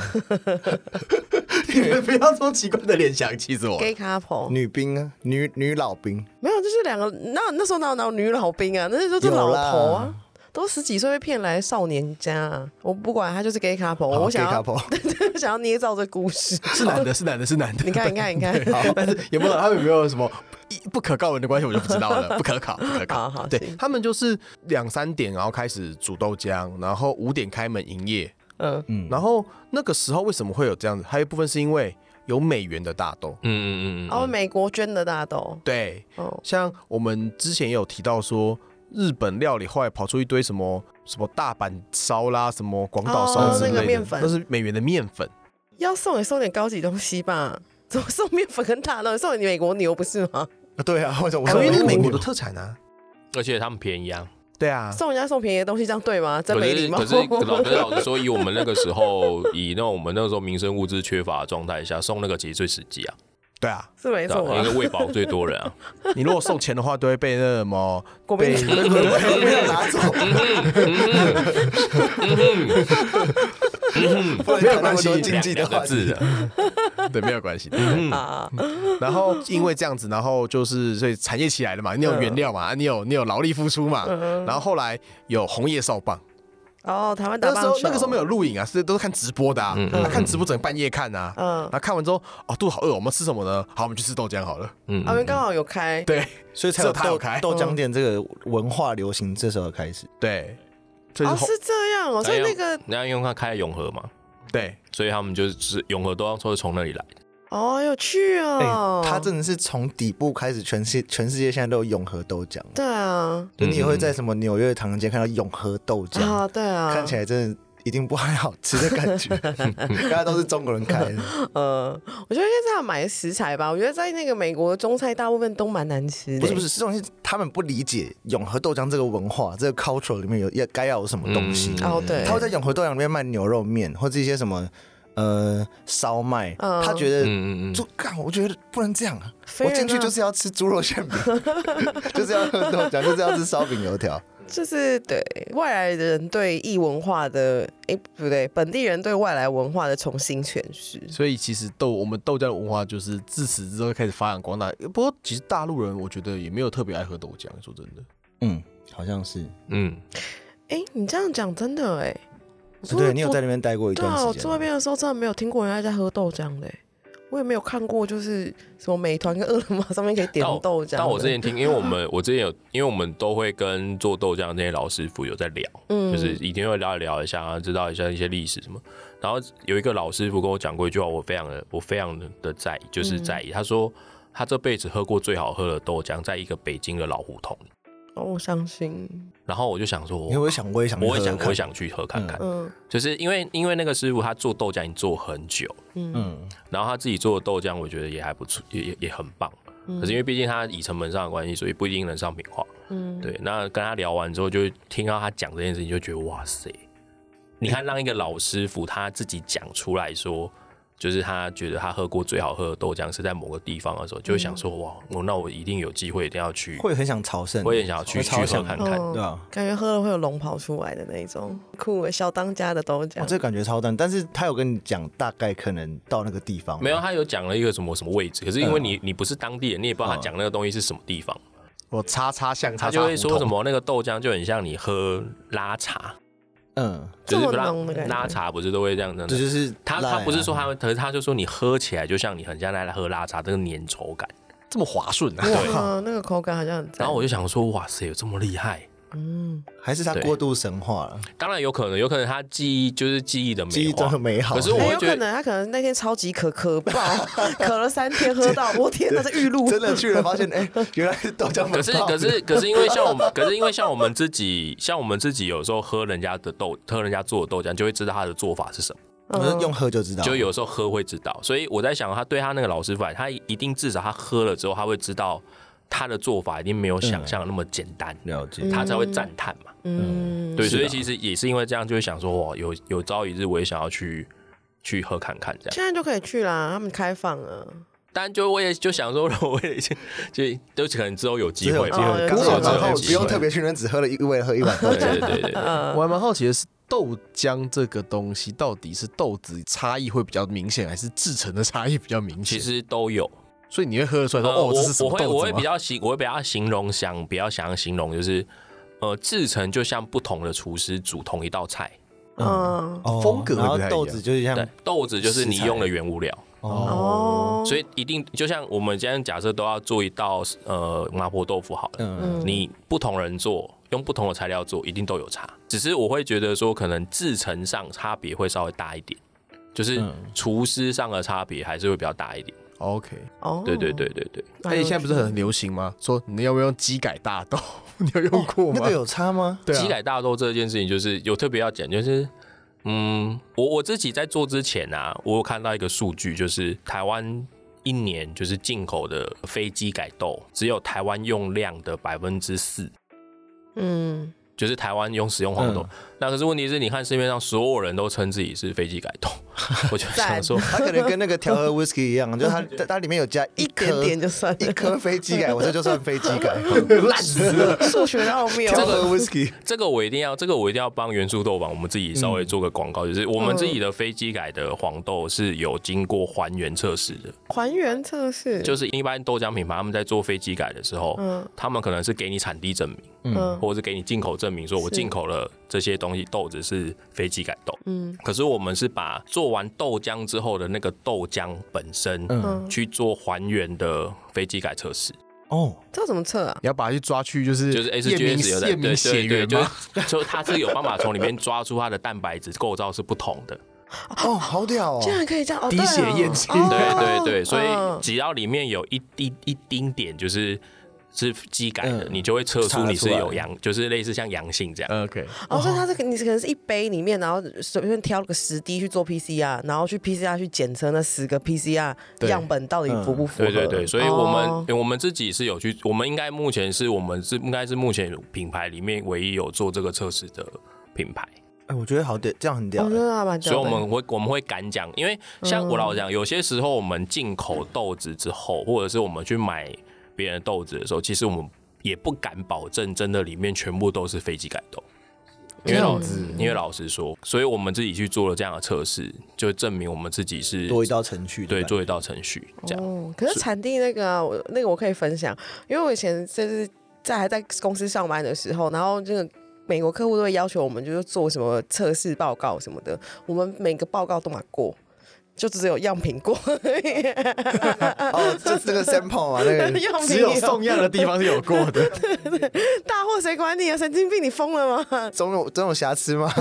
Speaker 4: [LAUGHS] 你们不要说奇怪的联想，气死我了！
Speaker 3: gay couple
Speaker 1: 女兵啊，女女老兵，
Speaker 3: 没有，就是两个那那时候哪有哪有女老兵啊，那时候都是
Speaker 1: 有
Speaker 3: 老
Speaker 1: 啦
Speaker 3: 头啊，都十几岁被骗来少年家啊，我不管他就是 gay couple，
Speaker 4: 哦
Speaker 1: 好
Speaker 3: 我想
Speaker 1: gay
Speaker 3: 要
Speaker 1: couple
Speaker 3: [LAUGHS] 对对，想要捏造这故事，
Speaker 4: 是男的，是男的，是男的。
Speaker 3: 你看你看你
Speaker 4: [LAUGHS]
Speaker 3: 看，
Speaker 4: 但是也不知道他们有没有什么一不可告人的关系，我就不知道了，不可考，不可考。
Speaker 3: 好好
Speaker 4: 对
Speaker 3: 行
Speaker 4: 他们就是两三点，然后开始煮豆浆，然后五点开门营业。
Speaker 3: 嗯，
Speaker 4: 然后那个时候为什么会有这样子？还有一部分是因为有美元的大豆。
Speaker 2: 嗯嗯嗯
Speaker 3: 哦，
Speaker 2: 嗯，
Speaker 3: 美国捐的大豆，
Speaker 4: 对，
Speaker 3: 哦，
Speaker 4: 像我们之前也有提到说，日本料理后来跑出一堆什么什么大阪烧啦，什么广岛烧
Speaker 3: 哦
Speaker 4: 之类的，
Speaker 3: 那个面粉
Speaker 4: 那是美元的面粉。
Speaker 3: 要送也送点高级东西吧，怎么送面粉跟大豆？送你美国牛不是吗？
Speaker 1: 啊 [LAUGHS] 对啊，为什么？
Speaker 3: 哦
Speaker 4: 哎因为那是美国
Speaker 1: 的
Speaker 4: 的特产啊。
Speaker 2: 而且他们便宜啊，
Speaker 4: 对啊，
Speaker 3: 送人家送便宜的东西，这样对吗？真
Speaker 2: 可
Speaker 3: 没
Speaker 2: 是
Speaker 3: 礼貌。
Speaker 2: 可是老可是老实说，以我们那个时候，以那种我们那个时候民生物资缺乏的状态下，送那个其实最实际啊，
Speaker 4: 对啊，
Speaker 3: [LAUGHS] 是没
Speaker 2: 对吧
Speaker 3: 错
Speaker 2: 因
Speaker 3: 啊，
Speaker 2: 为喂饱最多人啊。
Speaker 4: 你如果送钱的话，都会被那什么
Speaker 3: [LAUGHS] 国
Speaker 4: 被
Speaker 3: 民党
Speaker 1: 没有
Speaker 4: [LAUGHS]
Speaker 1: 拿走，
Speaker 4: 嗯
Speaker 1: [LAUGHS] 不能
Speaker 4: 嗯没有
Speaker 1: 讲那
Speaker 4: 关
Speaker 1: 么
Speaker 4: 系
Speaker 1: 多经济的
Speaker 2: 两
Speaker 1: 话
Speaker 2: 个字啊
Speaker 1: 题。
Speaker 2: 的，
Speaker 4: [LAUGHS] 对，没有关系。
Speaker 2: 嗯
Speaker 3: 啊
Speaker 4: 然后因为这样子，然后就是所以产业起来了嘛，
Speaker 2: 嗯
Speaker 4: 你有原料嘛，啊你有你有劳力付出嘛，然后后来有红叶少棒，
Speaker 3: 哦，台湾打
Speaker 4: 那
Speaker 3: 棒
Speaker 4: 时
Speaker 3: 球
Speaker 4: 候那个时候没有录影啊，是都是看直播的啊，
Speaker 2: 嗯
Speaker 4: 啊看直播整个半夜看啊，
Speaker 3: 嗯
Speaker 4: 然后看完之后，哦，肚子好饿，我们吃什么呢？好，我们去吃豆浆好
Speaker 3: [LAUGHS]
Speaker 4: 了。
Speaker 2: 嗯
Speaker 3: 啊，因为刚好有开，
Speaker 4: 对
Speaker 1: 所以才有
Speaker 4: 只有他有
Speaker 1: 豆
Speaker 4: 开
Speaker 1: 豆浆店这个文化流行这时候开始。
Speaker 4: 对，这是
Speaker 3: 哦，
Speaker 4: 红
Speaker 3: 是这样哦，所以那个
Speaker 2: 那因为他开了永和嘛，
Speaker 4: 对，
Speaker 2: 所以他们就是永和都要说是从那里来的。
Speaker 3: 哦，有趣哦，
Speaker 1: 哎，他真的是从底部开始，全世全世界现在都有永和豆浆，
Speaker 4: 嗯
Speaker 3: 对啊，
Speaker 1: 就你也会在什么纽约的唐人街看到永和豆浆，
Speaker 3: 啊，对啊，
Speaker 1: 看起来真的。一定不太好吃的感觉，大家都是中国人开的，
Speaker 3: 呃，我觉得应该是要买食材吧。我觉得在那个美国中菜大部分都蛮难吃的，
Speaker 1: 不是不是，这种是他们不理解永和豆浆这个文化，这个 culture 里面有要该要有什么东西
Speaker 2: 嗯，
Speaker 3: 哦，对，
Speaker 1: 他会在永和豆浆里面卖牛肉面，或者一些什么呃烧麦，他觉得
Speaker 2: 嗯嗯嗯
Speaker 1: 就干，我觉得不能这样啊！
Speaker 3: 非
Speaker 1: 我
Speaker 3: 人
Speaker 1: 进去
Speaker 3: 啊
Speaker 1: 就是要吃猪肉馅饼，就是要喝豆浆，就是要吃烧饼油条。
Speaker 3: 就是对外来人对异文化的，哎、不对，本地人对外来文化的重新诠释。
Speaker 4: 所以其实豆我们豆浆的文化就是自此之后开始发扬光大。不过其实大陆人我觉得也没有特别爱喝豆浆，说真的，
Speaker 1: 嗯，好像是。
Speaker 2: 嗯，
Speaker 3: 哎、你这样讲真的哎、我住
Speaker 1: 对你有
Speaker 3: 我
Speaker 1: 在那边待过一
Speaker 3: 对
Speaker 1: 段
Speaker 3: 啊，我
Speaker 1: 时间
Speaker 3: 住那
Speaker 1: 吗。
Speaker 3: 边的时候真的没有听过人家在喝豆浆的、欸，我也没有看过就是什么美团跟饿了么 [LAUGHS] 上面可以点
Speaker 2: 但我
Speaker 3: 豆浆的。
Speaker 2: 但我之前听，因为我们我之前有，因为我们都会跟做豆浆的那些老师傅有在聊，
Speaker 3: 嗯
Speaker 2: 就是一定会聊一聊一下，知道一下一些历史什么。然后有一个老师傅跟我讲过一句话，我非常的我非常的在意，就是在
Speaker 3: 嗯
Speaker 2: 意。他说他这辈子喝过最好喝的豆浆，在一个北京的老胡同里。
Speaker 3: 哦，我相信，
Speaker 2: 然后我就想说，
Speaker 1: 因为我想，我也想，
Speaker 2: 我也想，我也，想去喝看看，
Speaker 3: 嗯
Speaker 2: 就是因为因为那个师傅他做豆浆已经做很久，
Speaker 3: 嗯
Speaker 1: 嗯，
Speaker 2: 然后他自己做的豆浆，我觉得也还不错，也也也很棒。可是因为毕竟他以成本上的关系，所以不一定能上品化。
Speaker 3: 嗯，
Speaker 2: 对，那跟他聊完之后，就听到他讲这件事情，就觉得哇塞！你看，让一个老师傅他自己讲出来说，就是他觉得他喝过最好喝的豆浆是在某个地方的时候，就会想说哇，我那我一定有机会，一定要去，
Speaker 1: 会很想朝圣，
Speaker 2: 我也想要去
Speaker 1: 我超
Speaker 2: 去喝
Speaker 1: 想
Speaker 2: 看
Speaker 1: 的
Speaker 2: 看。
Speaker 3: 哦
Speaker 1: 对啊，
Speaker 3: 感觉喝了会有龙跑出来的那一种，酷欸小当家的豆
Speaker 1: 我
Speaker 3: 浆。
Speaker 1: 哦这感觉超淡。但是他有跟你讲大概可能到那个地方吗
Speaker 2: 没有，，啊他有讲了一个什么什么位置，可是因为你你不是当地人，你也不知道他讲那个东西是什么地方，
Speaker 4: 我叉叉巷叉
Speaker 2: 他
Speaker 4: 叉
Speaker 2: 就会
Speaker 4: 胡
Speaker 2: 说什
Speaker 4: 同
Speaker 2: 么那个豆浆就很像你喝拉茶，
Speaker 1: 嗯，
Speaker 2: 就
Speaker 3: 这
Speaker 2: 是
Speaker 3: 么
Speaker 2: 拉
Speaker 3: 浓的感觉
Speaker 2: 拉茶不是都会这样子。
Speaker 1: 这就是
Speaker 2: 他
Speaker 1: 拉
Speaker 2: 他
Speaker 1: 来
Speaker 2: 不是
Speaker 1: 啊
Speaker 2: 说他，可是他就说你喝起来就像你很像在喝拉茶，这个粘稠感。
Speaker 4: 这么滑顺啊？
Speaker 3: 哇，嗯那个口感好像很赞。
Speaker 2: 然后我就想说，哇塞，有这么厉害？
Speaker 3: 嗯，
Speaker 1: 还是他
Speaker 2: 对
Speaker 1: 过度神化了，
Speaker 2: 当然有可能，有可能他记忆就是记忆的
Speaker 1: 记
Speaker 2: 美
Speaker 1: 忆中
Speaker 2: 化
Speaker 1: 的。美好。
Speaker 2: 可是我
Speaker 3: 哎
Speaker 2: 会
Speaker 3: 有
Speaker 2: 觉
Speaker 3: 可
Speaker 2: 得
Speaker 3: 能他可能那天超级渴渴爆，渴了三天喝到，我天，那是玉
Speaker 1: [LAUGHS]
Speaker 3: 露，
Speaker 1: [LAUGHS] 真的去了，发现哎，原来是豆浆粉 [LAUGHS]
Speaker 2: 可是
Speaker 1: 泡
Speaker 2: 可是可是因为像我们， [LAUGHS] 可是因为像我们自己，像我们自己有时候喝人家的豆，喝人家做的豆浆，就会知道他的做法是什么。
Speaker 3: 嗯
Speaker 1: 我是用喝就知道，
Speaker 2: 就有时候喝会知道，所以我在想，他对他那个老师傅来，他一定至少他喝了之后，他会知道他的做法一定没有
Speaker 1: 嗯
Speaker 2: 想象的那么简单，
Speaker 1: 了解。
Speaker 2: 他才会赞叹嘛。
Speaker 3: 嗯，
Speaker 2: 对，
Speaker 1: 是
Speaker 2: 所以
Speaker 1: 啊
Speaker 2: 其实也是因为这样，就会想说，哇，有有朝一日我也想要去去喝看看这样。
Speaker 3: 现在就可以去啦，他们开放了。
Speaker 2: 但就我也就想说，我也就就都可能之后有机会
Speaker 1: 只有
Speaker 2: 吧，
Speaker 3: 哦有
Speaker 1: 刚
Speaker 3: 机
Speaker 1: 好
Speaker 3: 会
Speaker 1: 然后
Speaker 2: 有
Speaker 1: 不
Speaker 2: 机会
Speaker 1: 用特别去那边，只喝了一为了喝一碗豆
Speaker 2: 对
Speaker 1: 浆。
Speaker 2: 对对对，对
Speaker 4: 我还蛮好奇的是，豆浆这个东西到底是豆子差异会比较明显，还是制成的差异比较明显？
Speaker 2: 其，实都有。
Speaker 4: 所以你会喝得出来说，
Speaker 2: 呃
Speaker 4: 哦，这是什
Speaker 2: 我
Speaker 4: 么
Speaker 2: 我
Speaker 4: 豆子吗
Speaker 2: 会我会比较形，我会比较形容想比较想要形容就是，呃，制成就像不同的厨师煮同一道菜，
Speaker 3: 嗯，
Speaker 1: 哦
Speaker 4: 风格会
Speaker 1: 然后
Speaker 4: 不太一样
Speaker 1: 豆子就是像
Speaker 2: 对，豆子就是你
Speaker 1: 食材
Speaker 2: 用的原物料。
Speaker 3: 哦，
Speaker 2: 所以一定就像我们今天假设都要做一道呃麻婆豆腐好了，
Speaker 4: 嗯
Speaker 3: 嗯
Speaker 2: 你不同人做，用不同的材料做，一定都有差。只是我会觉得说，可能制成上差别会稍微大一点，就是
Speaker 4: 嗯
Speaker 2: 厨师上的差别还是会比较大一点。
Speaker 4: OK。 [LAUGHS]
Speaker 3: 哦，
Speaker 2: 对对对对对，
Speaker 4: 而哎且现在不是很流行吗？说你要不要用机改大豆？ [LAUGHS] 你哦有用过吗？
Speaker 1: 那个有差吗？
Speaker 4: 对
Speaker 2: 鸡
Speaker 4: 啊，
Speaker 2: 改大豆这件事情，就是有特别要讲，就是嗯，我我自己在做之前啊，我有看到一个数据，就是台湾。一年就是进口的非机改豆，只有台湾用量的百分之四，
Speaker 3: 嗯，
Speaker 2: 就是台湾用使用黄豆。
Speaker 1: 嗯
Speaker 2: 那可是问题是，你看市面上所有人都称自己是飞机改豆，我就想说，
Speaker 1: 它可能跟那个调和 whisky 一样，就是
Speaker 2: [LAUGHS]
Speaker 1: 它它它里面有加一
Speaker 3: 一
Speaker 1: 颗
Speaker 3: 点点就算
Speaker 1: 一
Speaker 3: 了。
Speaker 1: 颗飞机 [LAUGHS] 改，我这就算飞机改， [LAUGHS]
Speaker 4: 烂死了。
Speaker 3: [LAUGHS] 数学的奥妙，
Speaker 1: 调和 whisky
Speaker 2: 这个我一定要，这个我一定要帮元素豆坊我们自己稍微做个广告，就是我们自己的飞机改的黄豆是有经过还原测试的，
Speaker 3: 还原测试，
Speaker 2: 就是一般豆浆品牌他们在做飞机改的时候，他们可能是给你产地证明，
Speaker 3: 嗯
Speaker 2: 或者是给你进口证明，说我
Speaker 3: 是
Speaker 2: 进口了这些东西豆子是飞机改豆。
Speaker 3: 嗯
Speaker 2: 可是我们是把做完豆浆之后的那个豆浆本身，
Speaker 3: 嗯，
Speaker 2: 去做还原的飞机改测试，
Speaker 1: 哦，
Speaker 3: 这要怎么测啊？
Speaker 4: 你要把它去抓去，就是
Speaker 2: 就是
Speaker 4: 验明
Speaker 2: SGS 有在
Speaker 4: 验
Speaker 2: 对
Speaker 4: 明血
Speaker 2: 对对，
Speaker 4: 缘
Speaker 2: 就
Speaker 4: 吗？
Speaker 2: 是就它是有办法从里面抓出它的蛋白质构造是不同
Speaker 3: [LAUGHS]
Speaker 2: 的，
Speaker 1: [LAUGHS] 哦，好屌
Speaker 3: 竟
Speaker 1: 哦！
Speaker 3: 然可以这样，哦，
Speaker 4: 滴
Speaker 3: 对哦
Speaker 4: 血验亲
Speaker 3: 哦
Speaker 2: 对对对，所以
Speaker 3: 嗯
Speaker 2: 只要里面有一滴一丁点就是。是机改的，
Speaker 1: 嗯
Speaker 2: 你就会测出你是
Speaker 1: 查得出来
Speaker 2: 有阳，就是类似像阳性这样。
Speaker 4: OK，
Speaker 3: 哦，所以它这个你可能是一杯里面，然后随便挑了个十滴去做 PCR，然后去 PCR 去检测那十个 PCR
Speaker 4: 对
Speaker 3: 样本到底符不符合？
Speaker 2: 嗯对对对，所以我们、
Speaker 3: 哦
Speaker 2: 我们自己是有去，我们应该目前是我们是应该是目前品牌里面唯一有做这个测试的品牌。
Speaker 1: 哎，我觉得好屌，这样很屌哎
Speaker 3: 我觉。得还蛮屌
Speaker 2: 所以
Speaker 3: 哦的。
Speaker 2: 我们会我们会敢讲，因为
Speaker 3: 嗯
Speaker 2: 像我老实讲，有些时候我们进口豆子之后，或者是我们去买别人的豆子的时候，其实我们也不敢保证真的里面全部都是飞机改豆。因为老子，
Speaker 1: 嗯
Speaker 2: 因为老实说，所以我们自己去做了这样的测试，就证明我们自己是
Speaker 1: 多一道程序，
Speaker 2: 对
Speaker 1: 吧，
Speaker 2: 做一道程序这样。
Speaker 3: 哦，可是产地那个、啊，我那个我可以分享，因为我以前就是在还在公司上班的时候，然后这个。美国客户都会要求我们就是做什么测试报告什么的，我们每个报告都嘛过，就只有样品过，
Speaker 6: 哦，
Speaker 1: [LAUGHS]
Speaker 6: 这这个 sample 啊，那个
Speaker 3: [LAUGHS] 样品
Speaker 4: 只有送样的地方是有过的，
Speaker 3: [LAUGHS] 大货谁管你啊？神经病，你疯了吗
Speaker 6: 总有总有瑕疵
Speaker 1: [LAUGHS]
Speaker 6: 吗？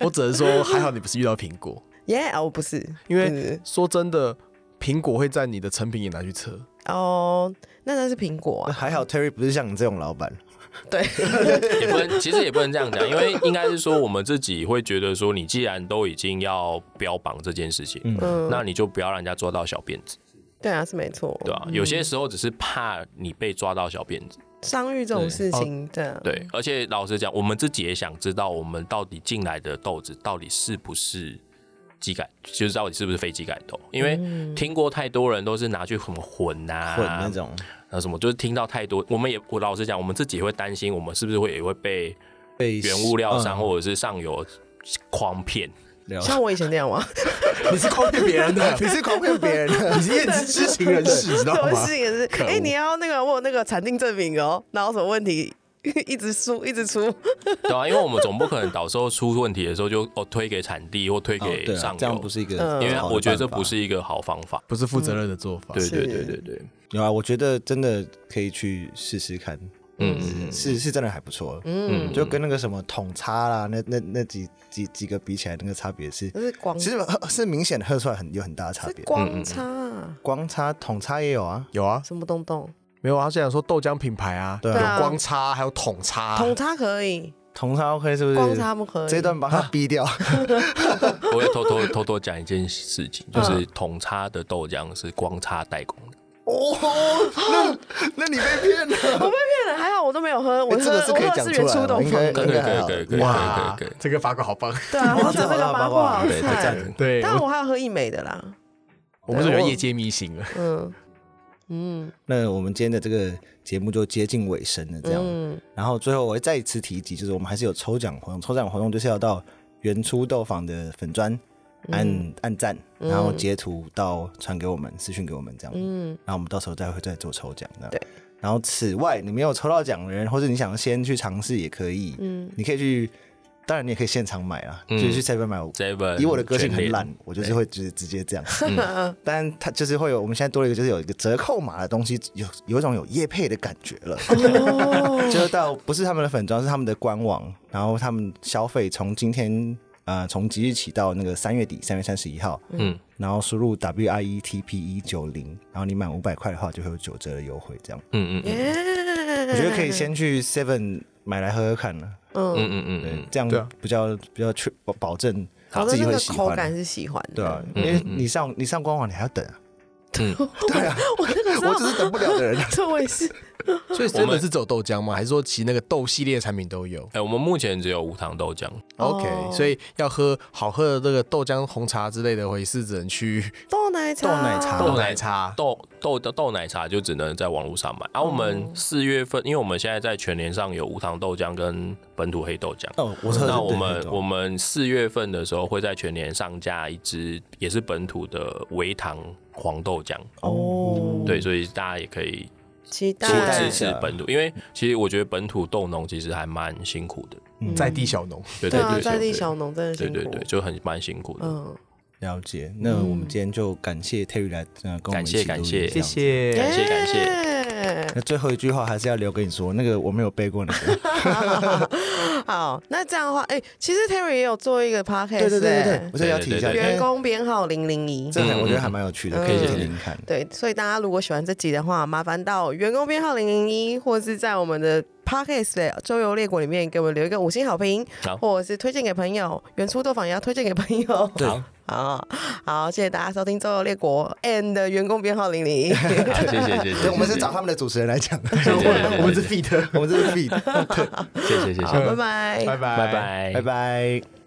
Speaker 4: 我只能说还好你不是遇到苹果，
Speaker 3: ？Yeah，哦，不是，
Speaker 4: 因
Speaker 3: 不
Speaker 4: 为
Speaker 3: 是
Speaker 4: 说真的，苹果会在你的成品也拿去测。
Speaker 3: 哦，那那是苹果
Speaker 1: [LAUGHS]
Speaker 3: 啊，
Speaker 6: 还好 Terry 不是像你这种老板，
Speaker 3: 对，
Speaker 2: 也不能，其实也不能这样讲，因为应该是说我们自己会觉得说，你既然都已经要标榜这件事情，
Speaker 1: [LAUGHS]
Speaker 3: 嗯，
Speaker 2: 那你就不要让人家抓到小辫子，
Speaker 3: 对啊，是没错，
Speaker 2: 对吧、有些时候只是怕你被抓到小辫子，
Speaker 3: 商誉这种事
Speaker 1: 哦
Speaker 3: 情，对啊，
Speaker 2: 对。而且老实讲，我们自己也想知道，我们到底进来的豆子到底是不是机改，就是到底是不是非机改豆，因为听过太多人都是拿去什么混啊，
Speaker 1: 混那种
Speaker 2: 那什么，就是听到太多，我们也我老实讲，我们自己也会担心，我们是不是会也会被
Speaker 1: 被
Speaker 2: 原物料商
Speaker 1: 嗯
Speaker 2: 或者是上游诓骗。
Speaker 3: 像我以前
Speaker 1: [LAUGHS]
Speaker 3: 那样吗？
Speaker 4: 你是诓骗别人 [LAUGHS] 的，
Speaker 6: 你是诓骗别人的。
Speaker 4: [LAUGHS] 你是也是知情人士，知道
Speaker 3: [LAUGHS] 我
Speaker 4: 吗？
Speaker 3: 是也是，哎、你要那个我有那个产定证明哦，然后什么问题一直出一直出，
Speaker 2: 对啊，因为我们总不可能到时候出问题的时候就哦推给产地或推
Speaker 1: 哦
Speaker 2: 给
Speaker 1: 对啊
Speaker 2: 上，
Speaker 1: 这
Speaker 2: 游，
Speaker 1: 样不是一个
Speaker 3: 嗯
Speaker 1: 好的
Speaker 2: 因为我觉得这
Speaker 1: 办法哦
Speaker 2: 不是一个好方法。
Speaker 4: 不是负责任的做法。
Speaker 2: 对对对
Speaker 3: 是
Speaker 2: 对对，
Speaker 1: 有啊，我觉得真的可以去试试看，
Speaker 2: 嗯，
Speaker 1: 是是真的还不错。
Speaker 3: 嗯，
Speaker 1: 就跟那个什么桶叉啦，那那那几几几个比起来，那个差别是，
Speaker 3: 就是光
Speaker 1: 其
Speaker 3: 是
Speaker 1: 实嗯呃是明显喝出来很有很大的差别。
Speaker 3: 光差、啊、
Speaker 1: 光叉桶叉也有啊，
Speaker 4: 有啊，
Speaker 3: 什么东东，
Speaker 4: 没有啊？他现在说豆浆品牌啊，
Speaker 1: 对
Speaker 3: 啊
Speaker 4: 有光叉，还有桶叉，
Speaker 3: 统差可以，
Speaker 1: 桶叉 OK 啊是不是？
Speaker 3: 光叉不可以。
Speaker 1: 这一段把
Speaker 6: 啊
Speaker 1: 它逼掉，
Speaker 2: 我也偷偷偷偷讲一件事情，就是统差的豆浆是光差代工的。
Speaker 6: 哦那你被骗了，
Speaker 3: 我被骗了，还好我都没有喝，我
Speaker 1: 欸
Speaker 3: 喝、
Speaker 1: 这个是
Speaker 3: 我
Speaker 1: 可以
Speaker 3: 喝
Speaker 1: 讲
Speaker 3: 是
Speaker 1: 出
Speaker 3: 原
Speaker 1: 来
Speaker 3: 初
Speaker 1: 的，
Speaker 3: 董
Speaker 1: 应
Speaker 3: 方
Speaker 1: 该 [LAUGHS]
Speaker 3: 的，
Speaker 2: 可以
Speaker 1: 应
Speaker 2: 可
Speaker 1: 该还
Speaker 2: 以
Speaker 1: 好
Speaker 2: 可以可以可以
Speaker 4: 哇
Speaker 2: 可以，可
Speaker 4: 这个法国好棒。
Speaker 3: 对啊，我讲这个麻瓜
Speaker 1: [LAUGHS]
Speaker 3: 好
Speaker 1: 对
Speaker 2: 以，
Speaker 3: 菜，
Speaker 2: 人
Speaker 4: 对
Speaker 3: 但我还有喝一美的啦，
Speaker 4: 我们是有业界迷信了。
Speaker 3: 嗯嗯
Speaker 1: [LAUGHS] 那我们今天的这个节目就接近尾声了，这样。
Speaker 3: 嗯，
Speaker 1: 然后最后我会再一次提及，就是我们还是有抽奖活动，抽奖活动就是要到原初豆坊的粉砖按、
Speaker 3: 嗯
Speaker 1: 按赞，然后截图到传给我们，私讯给我们这样，嗯，然后我们到时候再会再做抽奖的。
Speaker 3: 对。
Speaker 1: 然后此外，你没有抽到奖的人，或者你想先去尝试也可以，嗯，你可以去，当然你也可以现场买啦，就是去 seven 买。
Speaker 2: ，seven
Speaker 1: 以我的个性
Speaker 2: 嗯全
Speaker 1: 很
Speaker 2: 联
Speaker 1: 懒，我就是会直直接这样。 [LAUGHS] 但它就是会有，我们现在多了一个，就是有一个折扣码的东西，有有一种有业配的感觉了。 [LAUGHS] 嗯
Speaker 2: 嗯啊
Speaker 3: 哦
Speaker 1: 就是到不是他们的粉妆，是他们的官网，然后他们消费从今天呃从即日起到那个三月底，三月三十一号，
Speaker 2: 嗯，
Speaker 1: 然后输入 W I E T P 一九零，然后你满五百块的话就会有九折的优惠，这样
Speaker 2: 嗯嗯嗯
Speaker 1: 我觉得可以先去 Seven 买来喝喝看了，
Speaker 2: 嗯嗯嗯
Speaker 1: 对
Speaker 2: 嗯，，
Speaker 1: 这样
Speaker 4: 对啊
Speaker 1: 比较比较确保保证
Speaker 3: 好
Speaker 1: 自
Speaker 3: 的
Speaker 1: 己
Speaker 3: 那
Speaker 1: 会
Speaker 3: 个
Speaker 1: 喜
Speaker 3: 口
Speaker 1: 欢
Speaker 3: 感，是喜欢的，
Speaker 1: 对啊，因为你上你上官网你还要等啊，
Speaker 2: 嗯
Speaker 1: [LAUGHS] 对啊，
Speaker 3: [LAUGHS] 我那个时
Speaker 1: 我只
Speaker 3: 候，
Speaker 1: 是等不了的人，
Speaker 3: 这我也是，
Speaker 4: 所以我们是走豆浆吗？还是说其实那个豆系列产品都有
Speaker 2: 哎，我们目前只有无糖豆浆，
Speaker 3: 哦
Speaker 4: ？OK，所以要喝好喝的这个豆浆、红茶之类的，会是只能去
Speaker 3: 豆奶茶，
Speaker 1: 豆奶茶
Speaker 4: [LAUGHS] 豆奶茶。
Speaker 2: 豆豆的豆奶茶就只能在网络上买。而、啊、我
Speaker 3: 哦
Speaker 2: 们四月份，因为我们现在在全联上有无糖豆浆跟本土黑豆浆。
Speaker 1: 哦，我喝
Speaker 2: 那
Speaker 1: 的
Speaker 2: 我们
Speaker 1: 对
Speaker 2: 我们四月份的时候会在全联上架一支也是本土的微糖黄豆浆，
Speaker 3: 哦，
Speaker 2: 嗯
Speaker 1: 嗯
Speaker 2: 对，所以大家也可以
Speaker 3: 期
Speaker 2: 去
Speaker 3: 待
Speaker 2: 支持本土，因为其实我觉得本土豆农其实还蛮辛苦的，
Speaker 1: 嗯
Speaker 4: 在地小农，
Speaker 2: 对
Speaker 3: 对
Speaker 2: 对
Speaker 3: 啊，
Speaker 2: 对，
Speaker 3: 在地
Speaker 2: 对
Speaker 3: 小农真的
Speaker 2: 对
Speaker 3: 辛苦，
Speaker 2: 对对，就很蛮辛苦的。
Speaker 3: 嗯，
Speaker 1: 了解，那我们今天就感谢 Terry 来，呃，跟我们
Speaker 2: 感
Speaker 1: 一
Speaker 2: 谢
Speaker 1: 起录音
Speaker 2: 感谢
Speaker 1: 这样子。
Speaker 4: 谢。
Speaker 2: 感谢感谢
Speaker 3: 谢。
Speaker 1: 那最后一句话还是要留给你说，那个我没有背过那 [LAUGHS] 个，
Speaker 3: 好，那这样的话，哎，其实 Terry 也有做一个 podcast，
Speaker 1: 对对对对对
Speaker 3: 哎，
Speaker 1: 我这要提一下，
Speaker 2: 对对对嗯
Speaker 1: 因为
Speaker 3: 员工编号零零一。
Speaker 1: 这还我觉得还蛮有趣的，可以去听听看。
Speaker 3: 对，所以大家如果喜欢这集的话，麻烦到员工编号零零一，或是在我们的 podcast 的周游列国里面给我们留一个五星好评，
Speaker 2: 好
Speaker 3: 或者是推荐给朋友，原初豆坊也要推荐给朋友。
Speaker 2: 对好，
Speaker 3: [LAUGHS] 好好，谢谢大家收听周游列国 and 员工编号零零一。 [LAUGHS]
Speaker 2: 好谢谢谢谢，
Speaker 1: 对，我们是找他们的主持人来讲的，
Speaker 2: 谢谢，
Speaker 1: [LAUGHS]
Speaker 4: 我们是
Speaker 2: 谢
Speaker 4: feed，
Speaker 1: 我们这是 feed，
Speaker 2: 谢谢谢谢，
Speaker 3: 拜拜，
Speaker 4: 拜拜
Speaker 2: 拜拜
Speaker 1: 拜拜。